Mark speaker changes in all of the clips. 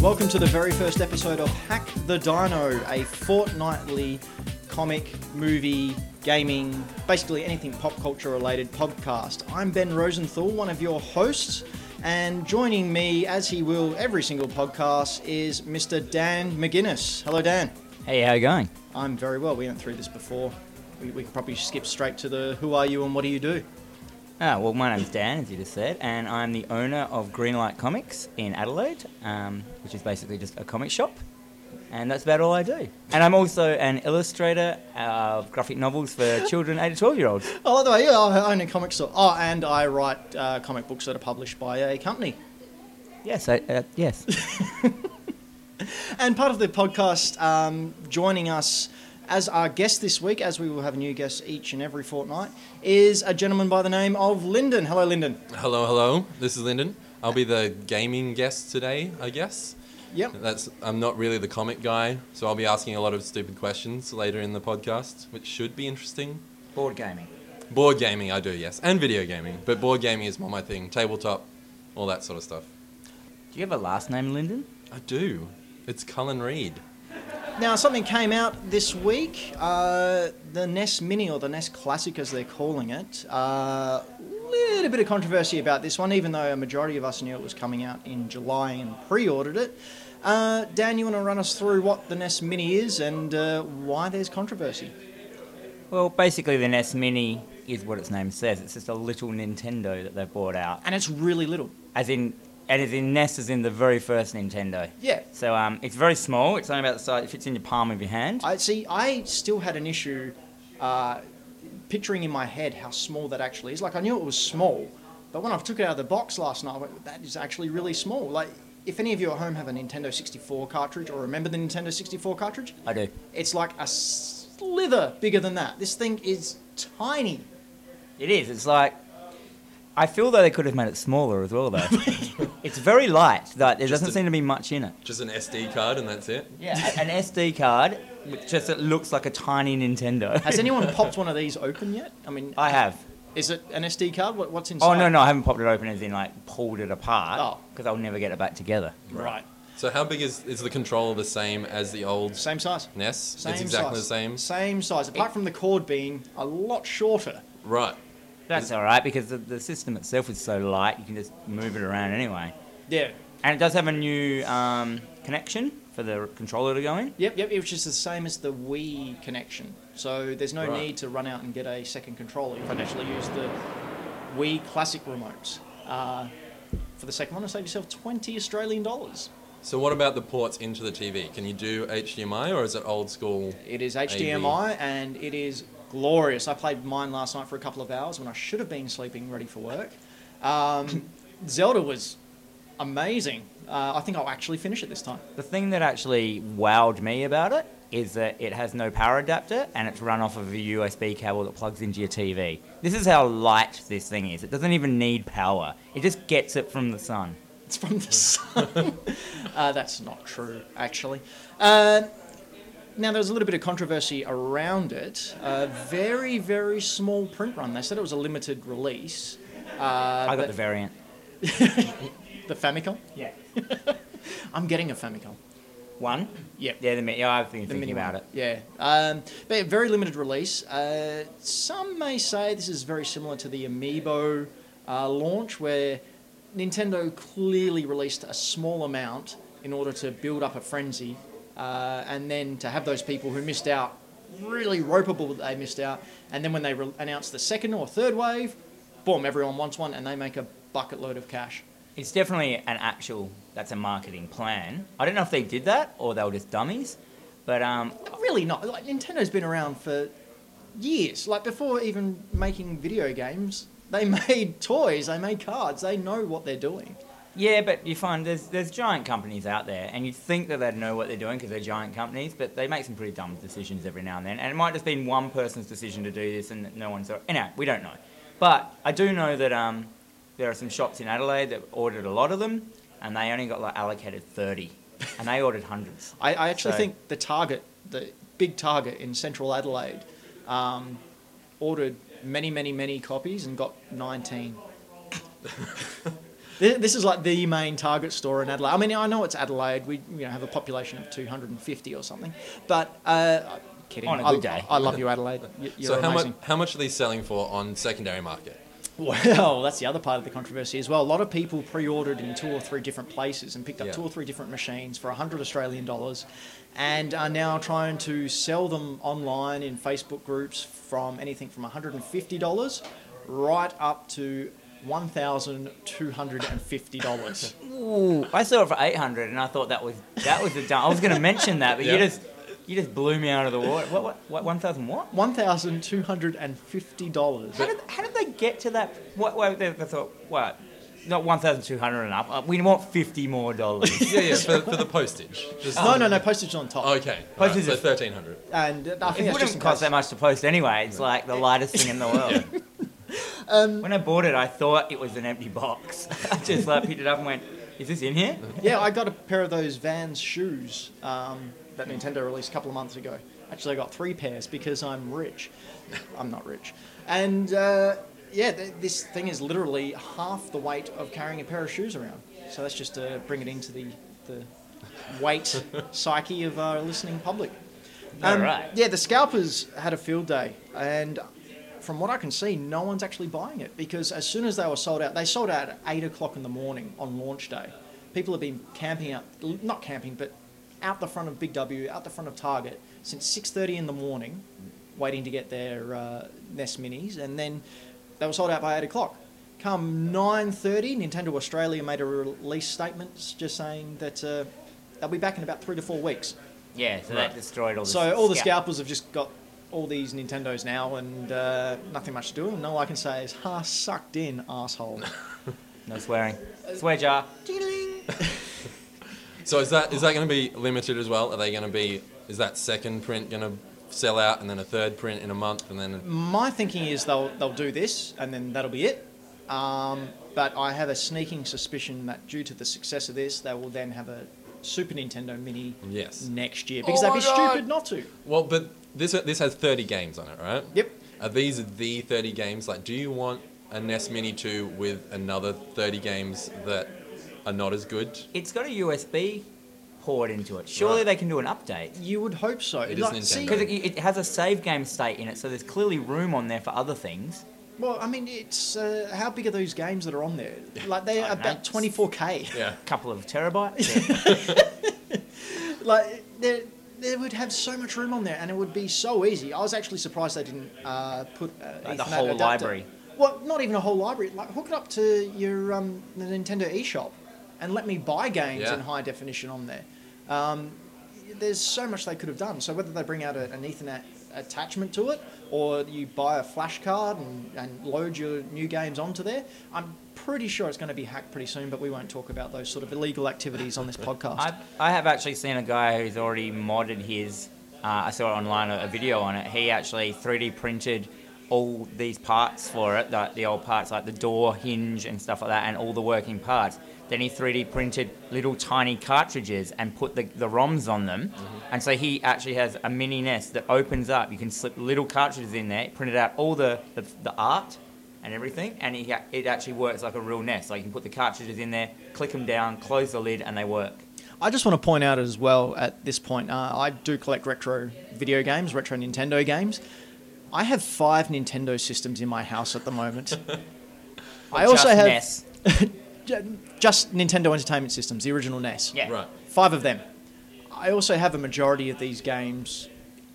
Speaker 1: Welcome to the very first episode of Hack the Dino, a fortnightly comic, movie, gaming, basically anything pop culture related podcast. I'm Ben Rosenthal, one of your hosts, and joining me, as he will every single podcast, is Mr. Dan McGuinness. Hello, Dan.
Speaker 2: Hey, how you going?
Speaker 1: I'm very well. We went through this before. We, we could probably skip straight to the who are you and what do you do?
Speaker 2: Ah, well, my name's Dan, as you just said, and I'm the owner of Greenlight Comics in Adelaide, um, which is basically just a comic shop, and that's about all I do. And I'm also an illustrator of graphic novels for children 8 to 12 year olds.
Speaker 1: Oh, by the way, yeah, I own a comic store. Oh, and I write uh, comic books that are published by a company.
Speaker 2: Yes, I, uh, yes.
Speaker 1: And part of the podcast, um, joining us as our guest this week, as we will have new guests each and every fortnight, is a gentleman by the name of Lyndon. Hello, Lyndon.
Speaker 3: Hello, hello. This is Lyndon. I'll be the gaming guest today, I guess.
Speaker 1: Yep.
Speaker 3: That's I'm not really the comic guy, so I'll be asking a lot of stupid questions later in the podcast, which should be interesting.
Speaker 2: Board gaming.
Speaker 3: Board gaming, I do, yes, and video gaming, but board gaming is more my thing. Tabletop, all that sort of stuff.
Speaker 2: Do you have a last name, Lyndon?
Speaker 3: I do. It's Cullen Reed.
Speaker 1: Now, something came out this week. Uh, the NES Mini, or the NES Classic as they're calling it. A uh, little bit of controversy about this one, even though a majority of us knew it was coming out in July and pre ordered it. Uh, Dan, you want to run us through what the NES Mini is and uh, why there's controversy?
Speaker 2: Well, basically, the NES Mini is what its name says. It's just a little Nintendo that they've brought out,
Speaker 1: And it's really little.
Speaker 2: as in, and as in NES is in the very first Nintendo.
Speaker 1: Yeah.
Speaker 2: So um, it's very small. It's only about the size. It fits in your palm of your hand.
Speaker 1: I see. I still had an issue uh, picturing in my head how small that actually is. Like I knew it was small, but when I took it out of the box last night, I went, that is actually really small. Like if any of you at home have a Nintendo 64 cartridge or remember the Nintendo 64 cartridge,
Speaker 2: I do.
Speaker 1: it's like a slither bigger than that. This thing is tiny.
Speaker 2: It is. It's like I feel though they could have made it smaller as well though. it's very light. Like there doesn't
Speaker 3: a-
Speaker 2: seem to be much in it.
Speaker 3: Just an SD card, and that's it.
Speaker 2: Yeah. An SD card, which just it looks like a tiny Nintendo.
Speaker 1: Has anyone popped one of these open yet? I mean,
Speaker 2: I have.
Speaker 1: is it an SD card? What, what's inside?
Speaker 2: Oh no no, I haven't popped it open as in like pulled it apart.
Speaker 1: Oh.
Speaker 2: Because I'll never get it back together.
Speaker 1: Right,
Speaker 3: So how big is is the controller the same as the old
Speaker 1: same size.
Speaker 3: NES?
Speaker 1: Same
Speaker 3: it's exactly
Speaker 1: size.
Speaker 3: the same.
Speaker 1: Same size, apart from the cord being a lot shorter.
Speaker 3: Right.
Speaker 2: That's all right because the, the system itself is so light you can just move it around anyway.
Speaker 1: Yeah.
Speaker 2: And it does have a new um, connection for the controller to go in.
Speaker 1: Yep, yep, which is the same as the Wii connection. So there's no
Speaker 3: Right.
Speaker 1: need to run out and get a second controller. You can actually use the Wii Classic remote. Uh, for the second one, and save yourself 20 Australian dollars.
Speaker 3: So what about the ports into the TV? Can you do HDMI, or is it old school?
Speaker 1: It is HDMI and it is glorious. I played mine last night for a couple of hours when I should have been sleeping ready for work. Um, Zelda was amazing. Uh, I think I'll actually finish it this time.
Speaker 2: The thing that actually wowed me about it is that it has no power adapter and it's run off of a USB cable that plugs into your TV. This is how light this thing is. It doesn't even need power. It just gets it from the sun.
Speaker 1: It's from the sun. uh, that's not true, actually. Uh, now, there was a little bit of controversy around it. Uh, very, very small print run. They said it was a limited release. Uh,
Speaker 2: I got
Speaker 1: but
Speaker 2: the variant.
Speaker 1: the Famicom.
Speaker 2: Yeah.
Speaker 1: I'm getting a Famicom.
Speaker 2: One?
Speaker 1: Yep.
Speaker 2: Yeah, the mi- yeah, I've been
Speaker 1: The
Speaker 2: thinking
Speaker 1: mini
Speaker 2: about
Speaker 1: one.
Speaker 2: it.
Speaker 1: Yeah. Um, but a very limited release. Uh, some may say this is very similar to the Amiibo uh, launch, where Nintendo clearly released a small amount in order to build up a frenzy, uh, and then to have those people who missed out really ropeable that they missed out, and then when they re- announce the second or third wave, boom, everyone wants one, and they make a bucket load of cash.
Speaker 2: It's definitely an actual, that's a marketing plan. I don't know if they did that or they were just dummies, but um,
Speaker 1: Really not. Like Nintendo's been around for years. Like before even making video games, they made toys, they made cards, they know what they're doing.
Speaker 2: Yeah, but you find there's there's giant companies out there, and you'd think that they'd know what they're doing because they're giant companies, but they make some pretty dumb decisions every now and then. And it might just been one person's decision to do this, and no one saw. it. Anyhow, we don't know. But I do know that um, there are some shops in Adelaide that ordered a lot of them, and they only got like allocated thirty, and they ordered hundreds.
Speaker 1: I, I actually
Speaker 2: So-
Speaker 1: think the Target, the big Target in central Adelaide, um, ordered many, many, many copies and got 19. This, this is like the main target store in Adelaide. I mean, I know it's Adelaide. We you know, have a population of 250 or something. But uh, kidding.
Speaker 2: On a
Speaker 1: I-
Speaker 2: good day.
Speaker 1: I, love you, Adelaide. You- You're
Speaker 3: so how much
Speaker 1: amazing.
Speaker 3: how much are these selling for on secondary market?
Speaker 1: Well, that's the other part of the controversy as well. A lot of people pre-ordered in two or three different places and picked up
Speaker 3: Yeah.
Speaker 1: two or three different machines for 100 Australian dollars and are now trying to sell them online in Facebook groups from anything from $150 right up to $1,250.
Speaker 2: Ooh, I saw it for eight hundred, and I thought that was that was a dumb. I was going to mention that, but
Speaker 3: Yeah.
Speaker 2: you just you just blew me out of the water. What what, what one thousand what? How
Speaker 1: $1,250.
Speaker 2: did, how did they get to that? What? Wait, they, they thought what? Not one thousand two hundred and up. Uh, We want fifty more dollars.
Speaker 3: Yeah, yeah, for, for the postage. Just-
Speaker 1: No, no, no, postage on top.
Speaker 3: Okay,
Speaker 2: Postage
Speaker 3: alright, so
Speaker 2: is-
Speaker 3: thirteen hundred.
Speaker 1: And uh, I think that's just
Speaker 2: um, oh. it wouldn't
Speaker 1: in
Speaker 2: cost
Speaker 1: case.
Speaker 2: that much to post anyway. It's like the lightest thing in the world. Um, when I bought it, I thought it was an empty box. I just like picked it up and went, "Is this in here?"
Speaker 1: Yeah, I got a pair of those Vans shoes um, that Nintendo released a couple of months ago. Actually, I got three pairs because I'm rich. I'm not rich. And uh, yeah, th- this thing is literally half the weight of carrying a pair of shoes around. So that's just to bring it into the, the weight psyche of our listening public. Um,
Speaker 2: All right.
Speaker 1: Yeah, the scalpers had a field day, and from what I can see, no one's actually buying it because as soon as they were sold out, they sold out at eight o'clock in the morning on launch day. People have been camping out, not camping, but out the front of Big W, out the front of Target since six thirty in the morning, waiting to get their uh, Nest Minis, and then they were sold out by eight o'clock. Come nine thirty, Nintendo Australia made a release statement just saying that uh, they'll be back in about three to four weeks.
Speaker 2: Yeah, so
Speaker 3: Right.
Speaker 2: that destroyed all the.
Speaker 1: So all the
Speaker 2: scalp-
Speaker 1: scalpers have just got all these Nintendos now, and uh, nothing much to do. And all I can say is, "Ha, sucked in, asshole."
Speaker 2: No swearing. Swear jar.
Speaker 3: So is that is that going to be limited as well? Are they going to be is that second print going to sell out and then a third print in a month and then a-
Speaker 1: My thinking is they'll they'll do this, and then that'll be it. Um, but I have a sneaking suspicion that due to the success of this, they will then have a Super Nintendo Mini
Speaker 3: yes?
Speaker 1: next year because
Speaker 3: Oh
Speaker 1: they'd be
Speaker 3: my God.
Speaker 1: stupid not to.
Speaker 3: Well, but this this has thirty games on it, right?
Speaker 1: Yep.
Speaker 3: Are these the thirty games? Like, do you want a NES Mini two with another thirty games that are not as good?
Speaker 2: It's got a USB port into it. Surely
Speaker 3: Right.
Speaker 2: they can do an update.
Speaker 1: You would hope so.
Speaker 3: It is Nintendo.
Speaker 2: Because it, it has a save game state in it, so there's clearly room on there for other things.
Speaker 1: well, I mean, it's uh, how big are those games that are on there? Like they're
Speaker 2: I don't know.
Speaker 1: about twenty four k.
Speaker 3: Yeah.
Speaker 2: A couple of terabytes. Yeah.
Speaker 1: like there, there would have so much room on there, and it would be so easy. I was actually surprised they didn't uh, put uh,
Speaker 2: Like the
Speaker 1: Ethernet
Speaker 2: whole
Speaker 1: adapter.
Speaker 2: library.
Speaker 1: Well, not even a whole library. Like hook it up to your um, the Nintendo eShop, and let me buy games
Speaker 3: Yeah.
Speaker 1: in high definition on there. Um, there's so much they could have done. So whether they bring out a, an Ethernet attachment to it, or you buy a flash card and, and load your new games onto there, I'm pretty sure it's going to be hacked pretty soon. But we won't talk about those sort of illegal activities on this podcast.
Speaker 2: I, I have actually seen a guy who's already modded his. Uh, I saw online a, a video on it. He actually 3D printed all these parts for it, like the old parts, like the door hinge and stuff like that, and all the working parts. Then he 3D printed little tiny cartridges and put the, the ROMs on them. And so he actually has a mini nest that opens up. You can slip little cartridges in there, printed out all the, the, the art and everything, and he, ha- it actually works like a real nest. Like you can put the cartridges in there, click them down, close the lid, and they work.
Speaker 1: I just want to point out as well at this point, uh, I do collect retro video games, retro Nintendo games. I have five Nintendo systems in my house at the moment. I also
Speaker 2: Just E
Speaker 1: have
Speaker 2: NES.
Speaker 1: ju- just Nintendo Entertainment Systems, the original NES.
Speaker 2: Yeah.
Speaker 3: Right.
Speaker 1: Five of them. I also have a majority of these games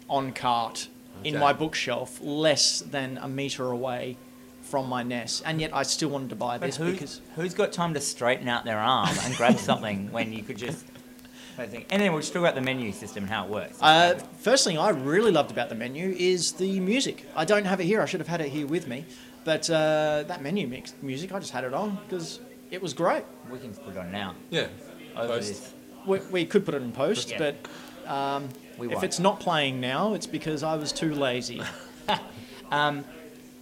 Speaker 1: on cart in
Speaker 3: Okay.
Speaker 1: my bookshelf, less than a meter away from my NES, and yet I still wanted to buy
Speaker 2: But
Speaker 1: this
Speaker 2: who,
Speaker 1: because
Speaker 2: who's got time to straighten out their arm and grab something when you could just. I think- And then we've still got the menu system and how it works.
Speaker 1: Uh, first thing I really loved about the menu is the music. I don't have it here. I should have had it here with me, but uh, that menu mix music, I just had it on because it was great.
Speaker 2: we can put it on now.
Speaker 3: Yeah.
Speaker 2: Over
Speaker 3: Post.
Speaker 2: this.
Speaker 1: We, we could put it in post,
Speaker 2: Yeah.
Speaker 1: but
Speaker 2: We
Speaker 1: if
Speaker 2: won't.
Speaker 1: it's not playing now, it's because I was too lazy.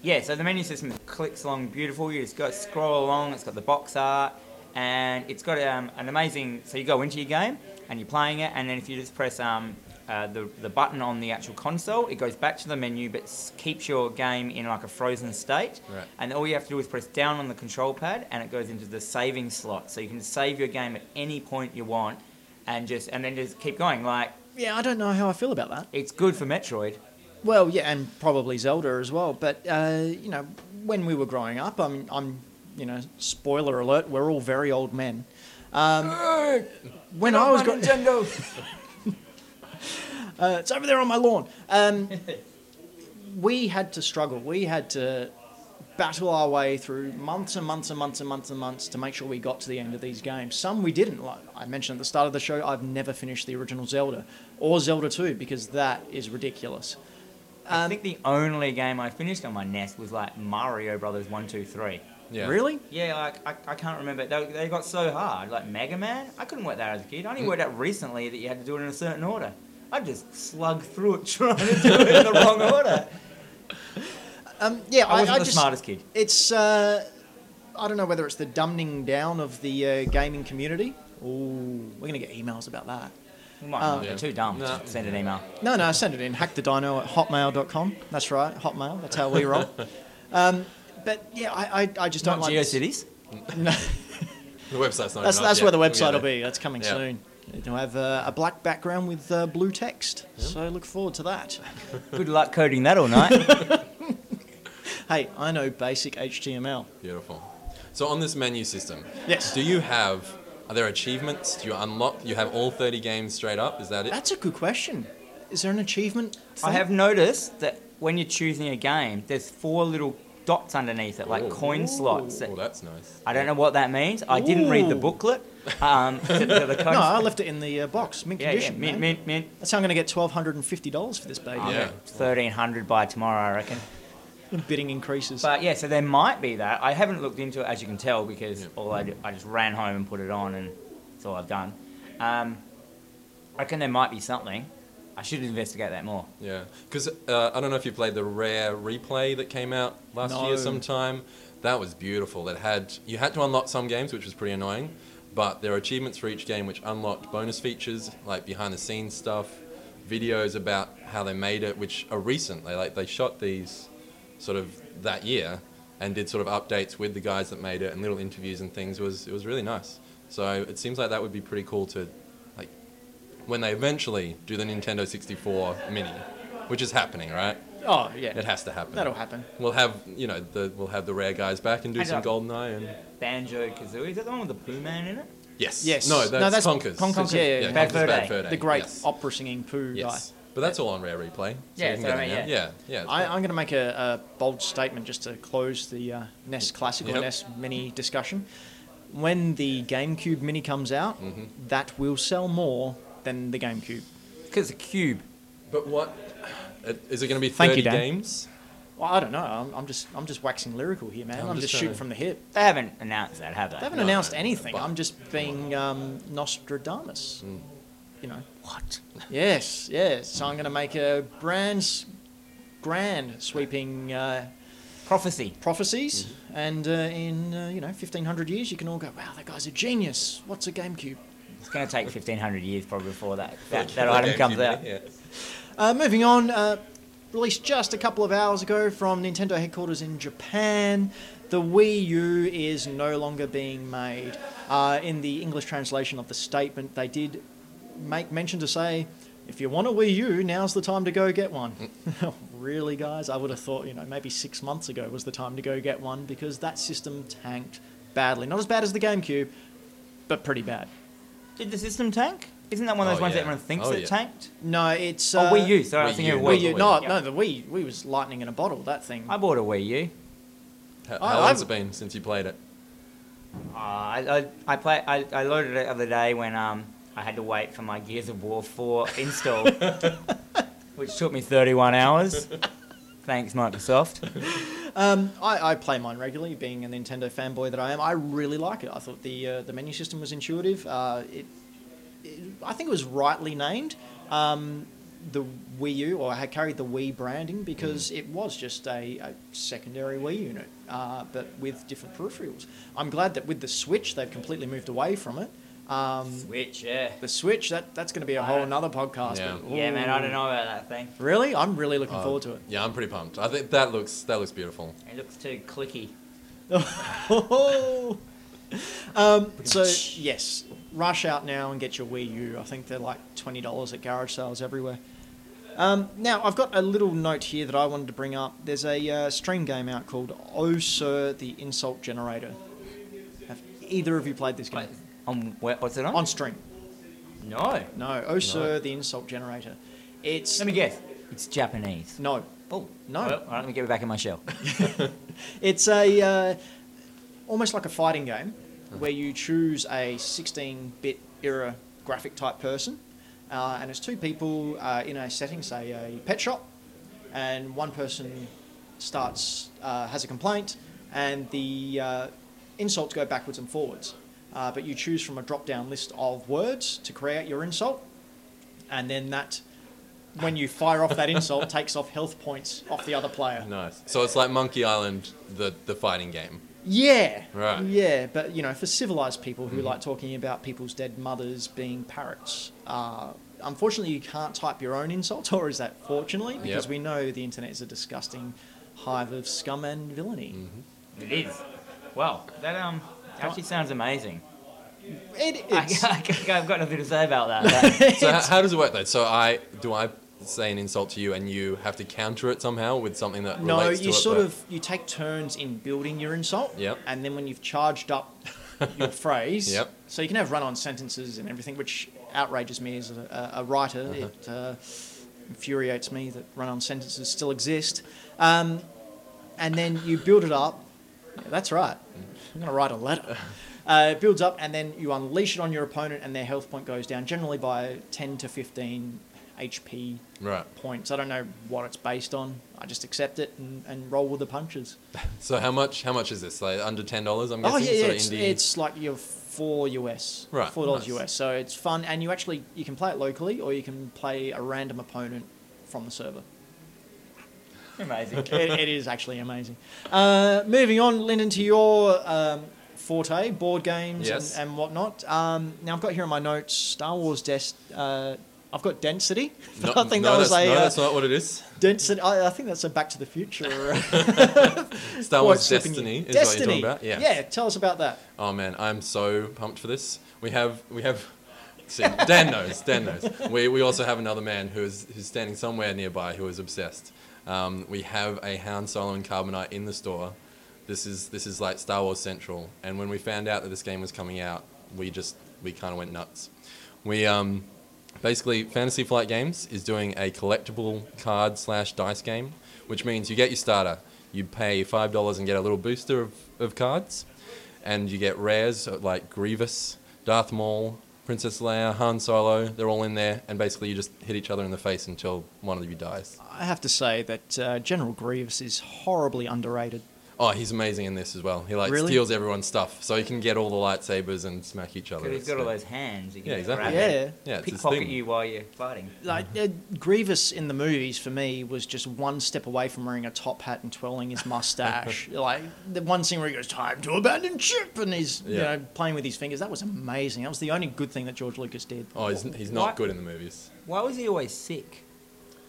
Speaker 2: Yeah, so the menu system clicks along beautiful. You just go scroll along. It's got the box art, and it's got um, an amazing. So you go into your game and you're playing it, and then if you just press um, uh, the, the button on the actual console. It goes back to the menu, but s- keeps your game in like a frozen state.
Speaker 3: Right.
Speaker 2: And all you have to do is press down on the control pad, and it goes into the saving slot. So you can save your game at any point you want, and just and then just keep going. Like
Speaker 1: Yeah, I don't know how I feel about that.
Speaker 2: it's good for Metroid.
Speaker 1: Well, yeah, and probably Zelda as well. But uh, you know, when we were growing up, I'm, I'm, you know, spoiler alert, we're all very old men. Um, when I was growing,
Speaker 2: Nintendo.
Speaker 1: uh, it's over there on my lawn. Um, we had to struggle. We had to battle our way through months and months and months and months and months to make sure we got to the end of these games. Some we didn't. Like I mentioned at the start of the show, I've never finished the original Zelda or Zelda 2 because that is ridiculous.
Speaker 2: I think the only game I finished on my NES was like Mario Brothers One Two Three.
Speaker 3: Yeah.
Speaker 1: Really?
Speaker 2: Yeah, like I, I can't remember. They, they got so hard. Like Mega Man, I couldn't work that out as a kid. I only worked out recently that you had to do it in a certain order. I just slug through it trying to do it in the wrong order.
Speaker 1: Um, yeah,
Speaker 2: I
Speaker 1: I,
Speaker 2: wasn't
Speaker 1: I
Speaker 2: the
Speaker 1: just,
Speaker 2: smartest kid.
Speaker 1: It's uh, I don't know whether it's the dumbing down of the uh, gaming community. Ooh, we're gonna get emails about that.
Speaker 2: Come on,
Speaker 1: Um,
Speaker 2: they're
Speaker 3: Yeah.
Speaker 2: too dumb.
Speaker 3: No.
Speaker 2: to Send an email.
Speaker 1: No, no, send it in. Hackthedino at hotmail.com. That's right, hotmail. That's how we roll. um, but yeah, I, I, I just don't
Speaker 2: Not
Speaker 1: like.
Speaker 2: GeoCities.
Speaker 3: The website's not.
Speaker 1: That's
Speaker 3: enough
Speaker 1: that's
Speaker 3: yet.
Speaker 1: where the
Speaker 3: We'll
Speaker 1: website
Speaker 3: get
Speaker 1: will
Speaker 3: there.
Speaker 1: be. That's coming
Speaker 3: Yeah.
Speaker 1: soon. It'll have uh, a black background with uh, blue text. So look forward to that.
Speaker 2: Good luck coding that all night.
Speaker 1: hey, I know basic HTML.
Speaker 3: Beautiful. So on this menu system,
Speaker 1: Yes.
Speaker 3: Do you have? Are there achievements? Do you unlock? You have all 30 games straight up? Is that it?
Speaker 1: That's a good question. Is there an achievement?
Speaker 2: I
Speaker 1: thing?
Speaker 2: have noticed that when you're choosing a game, there's four little dots underneath it, like
Speaker 3: Ooh.
Speaker 2: coin slots.
Speaker 3: Oh, that's nice.
Speaker 2: I don't know what that means. I didn't read the
Speaker 1: Ooh.
Speaker 2: booklet. Um, the, the coin
Speaker 1: No, I left it in the uh, box, mint
Speaker 2: yeah, yeah,
Speaker 1: condition. man.
Speaker 2: mint, mint, mint. Um,
Speaker 1: That's how I'm going to get twelve hundred and fifty dollars for this baby.
Speaker 3: Yeah.
Speaker 2: Thirteen hundred by tomorrow, I reckon.
Speaker 1: Bidding increases.
Speaker 2: But yeah, so there might be that. I haven't looked into it as you can tell because
Speaker 3: Yeah.
Speaker 2: all I, do, I just ran home and put it on, and that's all I've done. Um, I reckon there might be something. I should investigate that more.
Speaker 3: Yeah, because uh, I don't know if you played the Rare replay that came out last
Speaker 1: No.
Speaker 3: year sometime. That was beautiful. That had you had to unlock some games, which was pretty annoying, but there are achievements for each game which unlocked bonus features like behind the scenes stuff, videos about how they made it, which are recent. They like they shot these sort of that year and did sort of updates with the guys that made it and little interviews and things. It was it was really nice. So it seems like that would be pretty cool to like when they eventually do the Nintendo 64 Mini, which is happening, right?
Speaker 1: oh yeah,
Speaker 3: It has to happen.
Speaker 1: that'll happen.
Speaker 3: We'll have you know the we'll have the rare guys back and do
Speaker 2: I
Speaker 3: some
Speaker 2: know.
Speaker 3: GoldenEye and
Speaker 2: Banjo Kazooie is that the one with the Pooh Man in it?
Speaker 3: yes,
Speaker 1: Yes.
Speaker 3: no, that's,
Speaker 1: No, that's
Speaker 3: Conkers.
Speaker 1: Conkers, yeah, yeah, yeah.
Speaker 2: Bad
Speaker 3: Conker's
Speaker 2: Fur Day.
Speaker 3: Fur Day,
Speaker 1: The great
Speaker 3: yes.
Speaker 1: opera singing poo
Speaker 3: yes. But that's all on rare replay. So
Speaker 2: Yeah,
Speaker 3: you can
Speaker 2: so
Speaker 3: get
Speaker 2: I
Speaker 3: it
Speaker 2: mean,
Speaker 3: now. yeah, yeah. it's
Speaker 1: guy. I,
Speaker 3: great.
Speaker 1: I'm going to make a, a bold statement just to close the uh, NES Classic or
Speaker 3: Yep.
Speaker 1: NES Mini discussion. When the GameCube Mini comes out,
Speaker 3: Mm-hmm.
Speaker 1: that will sell more than the GameCube.
Speaker 2: Because it's a cube.
Speaker 3: but what it- is it going to be
Speaker 1: Thank
Speaker 3: 30
Speaker 1: you, Dan.
Speaker 3: games?
Speaker 1: Well, I don't know. I'm, I'm just I'm just waxing lyrical here, man.
Speaker 3: I'm
Speaker 1: I'm,
Speaker 3: just
Speaker 1: just,
Speaker 3: trying
Speaker 1: shooting
Speaker 3: to-
Speaker 1: from the hip.
Speaker 2: They haven't announced that, have they?
Speaker 1: They haven't
Speaker 3: No,
Speaker 1: announced
Speaker 3: no, no,
Speaker 1: anything.
Speaker 3: but- Hmm.
Speaker 1: I'm just being um, Nostradamus. You know.
Speaker 2: What?
Speaker 1: Yes, yes. So I'm going to make a brand, s- grand sweeping uh,
Speaker 2: Prophecy.
Speaker 1: prophecies, and uh, in uh, you know 1500 years, you can all go, "Wow, that guy's a genius." What's a GameCube?
Speaker 2: It's going to take 1500 years probably before that, that, that
Speaker 3: The
Speaker 2: item
Speaker 3: GameCube
Speaker 2: comes
Speaker 3: Mini,
Speaker 2: out.
Speaker 3: Yeah.
Speaker 1: Uh, moving on, uh, released just a couple of hours ago from Nintendo headquarters in Japan, the Wii U is no longer being made. Uh, in the English translation of the statement, they did make mention to say, if you want a Wii U, now's the time to go get one.
Speaker 2: Mm.
Speaker 1: really, guys? I would have thought, you know, maybe six months ago was the time to go get one because that system tanked badly. Not as bad as the GameCube, but pretty bad.
Speaker 2: Did the system tank? Isn't that one of those
Speaker 3: Oh,
Speaker 2: ones that
Speaker 3: yeah.
Speaker 2: everyone thinks
Speaker 3: Oh,
Speaker 2: it
Speaker 3: yeah.
Speaker 2: tanked?
Speaker 1: No, it's.
Speaker 2: Oh,
Speaker 1: Uh,
Speaker 2: Wii U. Sorry, I was
Speaker 3: Wii
Speaker 2: thinking
Speaker 3: U.
Speaker 2: of
Speaker 1: Wii
Speaker 2: Wii.
Speaker 1: U.
Speaker 3: Wii.
Speaker 1: No,
Speaker 2: Yeah.
Speaker 1: no, the Wii, Wii was lightning in a bottle, that thing.
Speaker 2: I bought a Wii U.
Speaker 3: How,
Speaker 1: Oh,
Speaker 3: how long's
Speaker 1: I've-
Speaker 3: it been since you played it?
Speaker 2: Uh, I, I, I, play, I, I loaded it the other day when um, I had to wait for my Gears of War 4 install, which took me 31 hours. Thanks, Microsoft.
Speaker 1: Um, I, I play mine regularly, being a Nintendo fanboy that I am. I really like it. I thought the uh, the menu system was intuitive. Uh, it, it, I think it was rightly named um, the Wii U, or had carried the Wii branding because it was just a, a secondary Wii unit, uh, but with different peripherals. I'm glad that with the Switch they've completely moved away from it. Um,
Speaker 2: Switch, yeah.
Speaker 1: the Switch, that, that's going to be a
Speaker 2: I
Speaker 1: whole
Speaker 2: don't-
Speaker 1: another podcast.
Speaker 3: Yeah.
Speaker 1: but-
Speaker 2: Yeah, man, I don't know about that thing.
Speaker 1: Really? I'm really looking
Speaker 3: Uh,
Speaker 1: forward to it.
Speaker 3: Yeah, I'm pretty pumped. I think that looks that looks beautiful.
Speaker 2: It looks too clicky.
Speaker 1: um, so yes, rush out now and get your Wii U. I think they're like twenty dollars at garage sales everywhere. Um, now I've got a little note here that I wanted to bring up. There's a uh, stream game out called Oh Sir, the Insult Generator. Have either of you played this game?
Speaker 2: Wait, on where, what's it on?
Speaker 1: On stream?
Speaker 2: No.
Speaker 1: No. Oh Sir, the Insult Generator. It's
Speaker 2: Let me guess. It's Japanese.
Speaker 1: no,
Speaker 2: Oh
Speaker 1: No.
Speaker 2: Well, all right, let me get back in my shell.
Speaker 1: It's a uh, almost like a fighting game where you choose a 16-bit era graphic type person, uh, and it's two people uh, in a setting, say a pet shop, and one person starts uh, has a complaint, and the uh, insults go backwards and forwards. Uh, but you choose from a drop-down list of words to create your insult, and then that, when you fire off that insult, takes off health points off the other player.
Speaker 3: Nice. So it's like Monkey Island, the the fighting game.
Speaker 1: Yeah.
Speaker 3: Right. Mm-hmm.
Speaker 1: Yeah, but you know, for civilized people who like talking about people's dead mothers being parrots, uh, unfortunately, you can't type your own insult, or is that fortunately? Because
Speaker 3: Yep.
Speaker 1: we know the internet is a disgusting hive of scum and villainy.
Speaker 3: Mm.
Speaker 2: it is. Well, that um actually sounds amazing.
Speaker 1: It,
Speaker 2: I,
Speaker 1: it's,
Speaker 2: have got nothing to say about that. but-
Speaker 3: So how, how does it work though? So I do I say an insult to you and you have to counter it somehow with something that
Speaker 1: no,
Speaker 3: relates to
Speaker 1: you
Speaker 3: it,
Speaker 1: sort
Speaker 3: but-
Speaker 1: of you take turns in building your insult,
Speaker 3: Yep.
Speaker 1: and then when you've charged up your phrase,
Speaker 3: Yep.
Speaker 1: so you can have run-on sentences and everything, which outrages me as a, a a writer.
Speaker 3: Uh-huh.
Speaker 1: It uh, infuriates me that run-on sentences still exist. Um, and then you build it up. Yeah, that's right. I'm going to write a letter. Uh, it builds up, and then you unleash it on your opponent, and their health point goes down, generally by 10 to 15 HP
Speaker 3: right.
Speaker 1: points. I don't know what it's based on. I just accept it and, and roll with the punches.
Speaker 3: So how much how much is this? Like under ten dollars? I'm
Speaker 1: oh
Speaker 3: guessing.
Speaker 1: yeah, yeah.
Speaker 3: Sort of
Speaker 1: It's,
Speaker 3: indie-
Speaker 1: it's like your four US,
Speaker 3: Right,
Speaker 1: Four dollars
Speaker 3: nice.
Speaker 1: US. So it's fun, and you actually you can play it locally, or you can play a random opponent from the server.
Speaker 2: amazing.
Speaker 1: it, it is actually amazing. Uh, moving on, Lyndon, to your um, forte, board games
Speaker 3: Yes.
Speaker 1: and, and whatnot. Um, now, I've got here in my notes Star Wars Des- uh, I've got Density.
Speaker 3: No,
Speaker 1: I think
Speaker 3: no,
Speaker 1: that was
Speaker 3: that's,
Speaker 1: a
Speaker 3: no,
Speaker 1: uh,
Speaker 3: that's not what it is.
Speaker 1: Density. I, I think that's a Back to the Future. uh,
Speaker 3: Star
Speaker 1: Oh,
Speaker 3: Wars
Speaker 1: it's slipping
Speaker 3: Destiny
Speaker 1: you. Destiny.
Speaker 3: is what you're talking about. Yeah.
Speaker 1: Yeah, tell us about that.
Speaker 3: Oh man, I'm so pumped for this. We have we have see, Dan knows, Dan knows. We we also have another man who is who's standing somewhere nearby who is obsessed. Um, we have a Hound Solo and Carbonite in the store. This is this is like Star Wars Central. And when we found out that this game was coming out, we just we kind of went nuts. We um basically Fantasy Flight Games is doing a collectible card slash dice game, which means you get your starter, you pay five dollars and get a little booster of, of cards and you get rares uh, like Grievous, Darth Maul, Princess Leia, Han Solo. They're all in there, and basically you just hit each other in the face until one of you dies.
Speaker 1: I have to say that uh, General Grievous is horribly underrated.
Speaker 3: Oh, he's amazing in this as well. He like
Speaker 1: Really?
Speaker 3: steals everyone's stuff, so he can get all the lightsabers and smack each other.
Speaker 2: Because he's got
Speaker 3: It's-
Speaker 2: all those hands. You can
Speaker 3: Yeah,
Speaker 2: just
Speaker 3: exactly.
Speaker 2: grab it,
Speaker 3: Yeah, it's his
Speaker 2: pickpocket
Speaker 3: thing.
Speaker 2: you while you're fighting.
Speaker 3: Mm-hmm.
Speaker 1: Like uh, Grievous in the movies for me was just one step away from wearing a top hat and twirling his mustache. like the one scene where he goes, "Time to abandon ship," and he's you
Speaker 3: Yeah.
Speaker 1: know playing with his fingers. That was amazing. That was the only good thing that George Lucas did.
Speaker 3: Oh, he's, he's not
Speaker 2: What?
Speaker 3: good in the movies.
Speaker 2: Why was he always sick?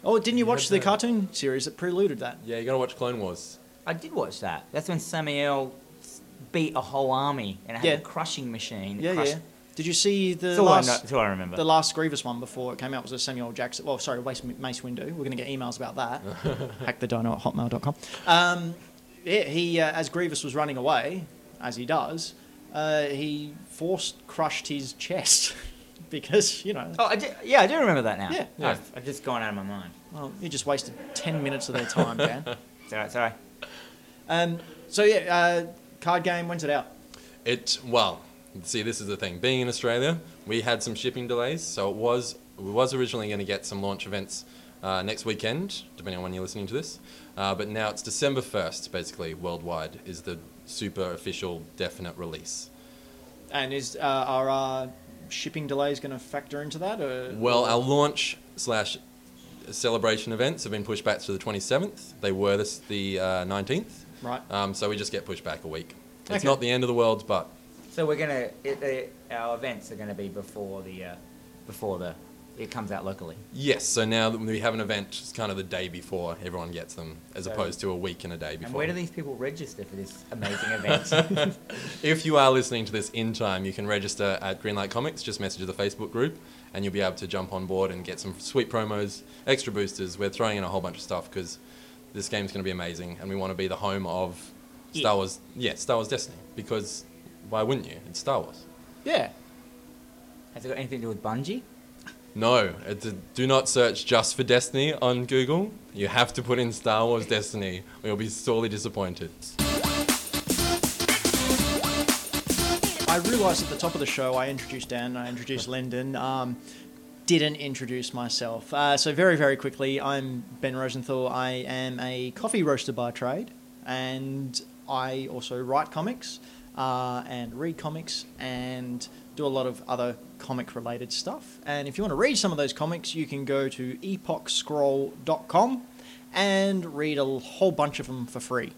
Speaker 1: Oh, didn't you watch
Speaker 3: had
Speaker 1: the
Speaker 3: that.
Speaker 1: cartoon series that preluded that?
Speaker 3: Yeah, you gotta watch Clone Wars.
Speaker 2: I did watch that. That's when Samuel s- beat a whole army and it had
Speaker 1: Yeah.
Speaker 2: a crushing machine. that
Speaker 1: Yeah,
Speaker 2: crushed-
Speaker 1: yeah. Did you see the
Speaker 2: That's all, I know,
Speaker 1: last?
Speaker 2: that's all I remember.
Speaker 1: The last Grievous one before it came out was a Samuel Jackson. Well, sorry, Mace, Mace Windu. We're going to get emails about that. Hackthedino at hotmail.com. Um, yeah, he, uh, as Grievous was running away, as he does, uh, he force crushed his chest because, you know,
Speaker 2: oh, I do, yeah, I do remember that now.
Speaker 1: Yeah.
Speaker 3: Yeah.
Speaker 2: I've, I've just gone out of my mind.
Speaker 1: well, you just wasted 10 minutes of their time, Dan.
Speaker 2: It's all right, sorry.
Speaker 1: Um, so, yeah, uh, card game, when's it out?
Speaker 3: It well, see, this is the thing. Being in Australia, we had some shipping delays, so it was we was originally going to get some launch events uh, next weekend, depending on when you're listening to this. Uh, but now it's December first, basically worldwide is the super official definite release.
Speaker 1: And is uh, are our shipping delays going to factor into that? Or,
Speaker 3: Well, our launch slash celebration events have been pushed back to the 27th. They were this the uh, 19th,
Speaker 1: Right.
Speaker 3: um, so we just get pushed back a week. It's
Speaker 1: Okay.
Speaker 3: not the end of the world, but
Speaker 2: So we're gonna it, it, our events are gonna be before the uh, before the it comes out locally.
Speaker 3: Yes, so now that we have an event, it's kind of the day before everyone gets them, as
Speaker 2: So-
Speaker 3: opposed to a week and a day before.
Speaker 2: And where do these people register for this amazing event?
Speaker 3: if you are listening to this in time, you can register at Greenlight Comics. Just message the Facebook group, and you'll be able to jump on board and get some sweet promos, extra boosters. We're throwing in a whole bunch of stuff because this game's going to be amazing, and we want to be the home of
Speaker 2: Yeah.
Speaker 3: Star Wars. Yeah, Star Wars Destiny. Because why wouldn't you? It's Star Wars.
Speaker 1: Yeah.
Speaker 2: Has it got anything to do with Bungie?
Speaker 3: No, it's a, do not search just for Destiny on Google. You have to put in Star Wars Destiny, or you'll be sorely disappointed.
Speaker 1: I realised at the top of the show I introduced Dan, I introduced Lyndon, um, didn't introduce myself. Uh, so, very, very quickly, I'm Ben Rosenthal. I am a coffee roaster by trade, and I also write comics uh, and read comics and do a lot of other comic related stuff. And if you want to read some of those comics, you can go to epochscroll.com and read a whole bunch of them for free.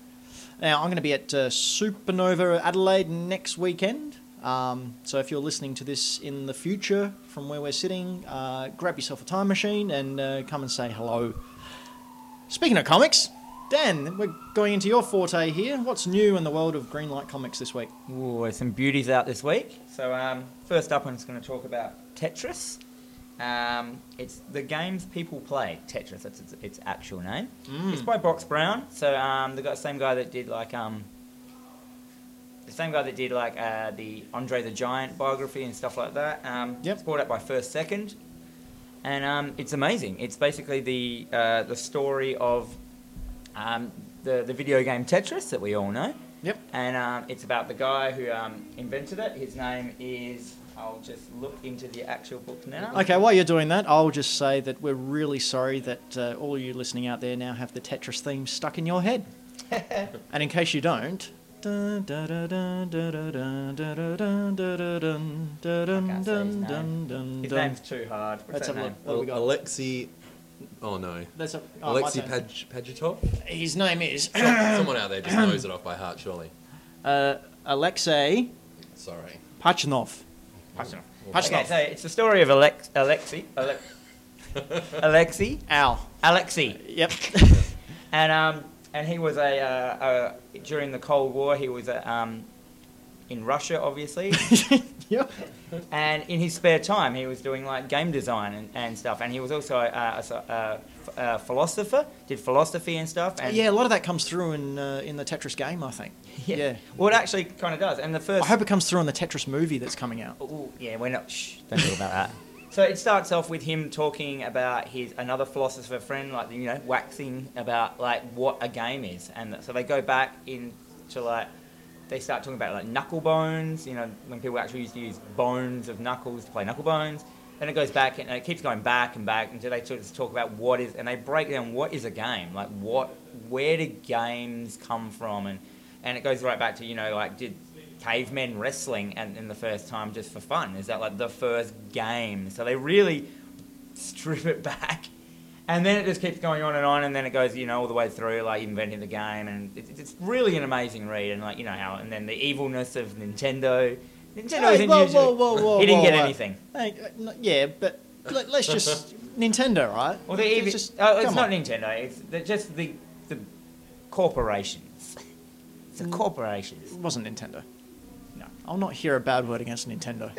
Speaker 1: Now, I'm going to be at uh, Supernova Adelaide next weekend. Um, so, if you're listening to this in the future from where we're sitting, uh, grab yourself a time machine and uh, come and say hello. Speaking of comics, Dan, we're going into your forte here. What's new in the world of Greenlight Comics this week?
Speaker 2: Ooh, there's some beauties out this week. So um, first up, I'm just going to talk about Tetris. Um, it's the games people play. Tetris. That's its, its actual name.
Speaker 1: Hmm.
Speaker 2: It's by Box Brown. So um, the guy, same guy that did like um, the same guy that did like uh, the Andre the Giant biography and stuff like that. Um,
Speaker 1: Yep.
Speaker 2: It's brought out by First Second, and um, it's amazing. It's basically the uh, the story of um, the the video game Tetris that we all know.
Speaker 1: Yep.
Speaker 2: And um, it's about the guy who um, invented it. His name is. I'll just look into the actual book now.
Speaker 1: Okay, while you're doing that, I'll just say that we're really sorry that uh, all you listening out there now have the Tetris theme stuck in your head. and in case you don't. dun, dun, dun, dun, dun, dun, dun, dun, dun, dun, dun, dun,
Speaker 2: can't say his
Speaker 1: dun,
Speaker 2: name.
Speaker 1: dun, dun,
Speaker 2: His
Speaker 1: dun.
Speaker 2: name's too hard. What's
Speaker 1: Let's
Speaker 2: that
Speaker 1: have a look.
Speaker 2: name?
Speaker 1: What have we got?
Speaker 3: Alexei. Oh no.
Speaker 1: That's a- oh, my
Speaker 3: Alexei
Speaker 1: turn.
Speaker 3: Paj- Pajitov?
Speaker 1: His name is
Speaker 3: Someone out there just knows it off by heart, surely.
Speaker 1: uh, Alexei
Speaker 3: Sorry.
Speaker 1: Pachinov.
Speaker 2: Pachinov.
Speaker 1: Pachinov.
Speaker 2: Okay, so it's the story of Alex, Alexi, Alex, Alexi,
Speaker 1: Ow.
Speaker 2: Alexi,
Speaker 1: Yep.
Speaker 2: and um, and he was a, uh, a during the Cold War. He was a, um, in Russia, obviously,
Speaker 1: yep.
Speaker 2: and in his spare time, he was doing like game design and, and stuff. And he was also uh, a, so- a, ph- a philosopher, did philosophy and stuff. And
Speaker 1: Yeah, a lot of that comes through in uh, in the Tetris game, I think. Yeah.
Speaker 2: Well, it actually kind of does. And the first
Speaker 1: I hope it comes through in the Tetris movie that's coming out.
Speaker 2: Ooh, yeah, we're not. Shh, don't talk about that. So it starts off with him talking about his another philosopher friend, like you know, waxing about like what a game is, and so they go back into like they start talking about like knuckle bones, you know, when people actually used to use bones of knuckles to play knuckle bones. Then it goes back and it keeps going back and back until they sort of talk about what is, and they break down what is a game, like what, where do games come from, and and it goes right back to you know like did cavemen wrestling and in the first time just for fun is that like the first game? So they really strip it back. And then it just keeps going on and on, and then it goes, you know, all the way through, like inventing the game, and it's, it's really an amazing read, and like you know how, and then the evilness of Nintendo. Nintendo
Speaker 1: Hey,
Speaker 2: isn't
Speaker 1: whoa,
Speaker 2: usually.
Speaker 1: whoa, whoa, whoa,
Speaker 2: he didn't
Speaker 1: whoa,
Speaker 2: get
Speaker 1: whoa.
Speaker 2: anything.
Speaker 1: Hey, uh, no- yeah, but let, us just Nintendo, right?
Speaker 2: Well, the
Speaker 1: Let's
Speaker 2: evi-
Speaker 1: just-
Speaker 2: oh, it's
Speaker 1: come
Speaker 2: not
Speaker 1: on.
Speaker 2: Nintendo. It's the, just the the corporations. It's the
Speaker 1: Mm.
Speaker 2: corporations.
Speaker 1: It wasn't Nintendo.
Speaker 2: No.
Speaker 1: I'll not hear a bad word against Nintendo.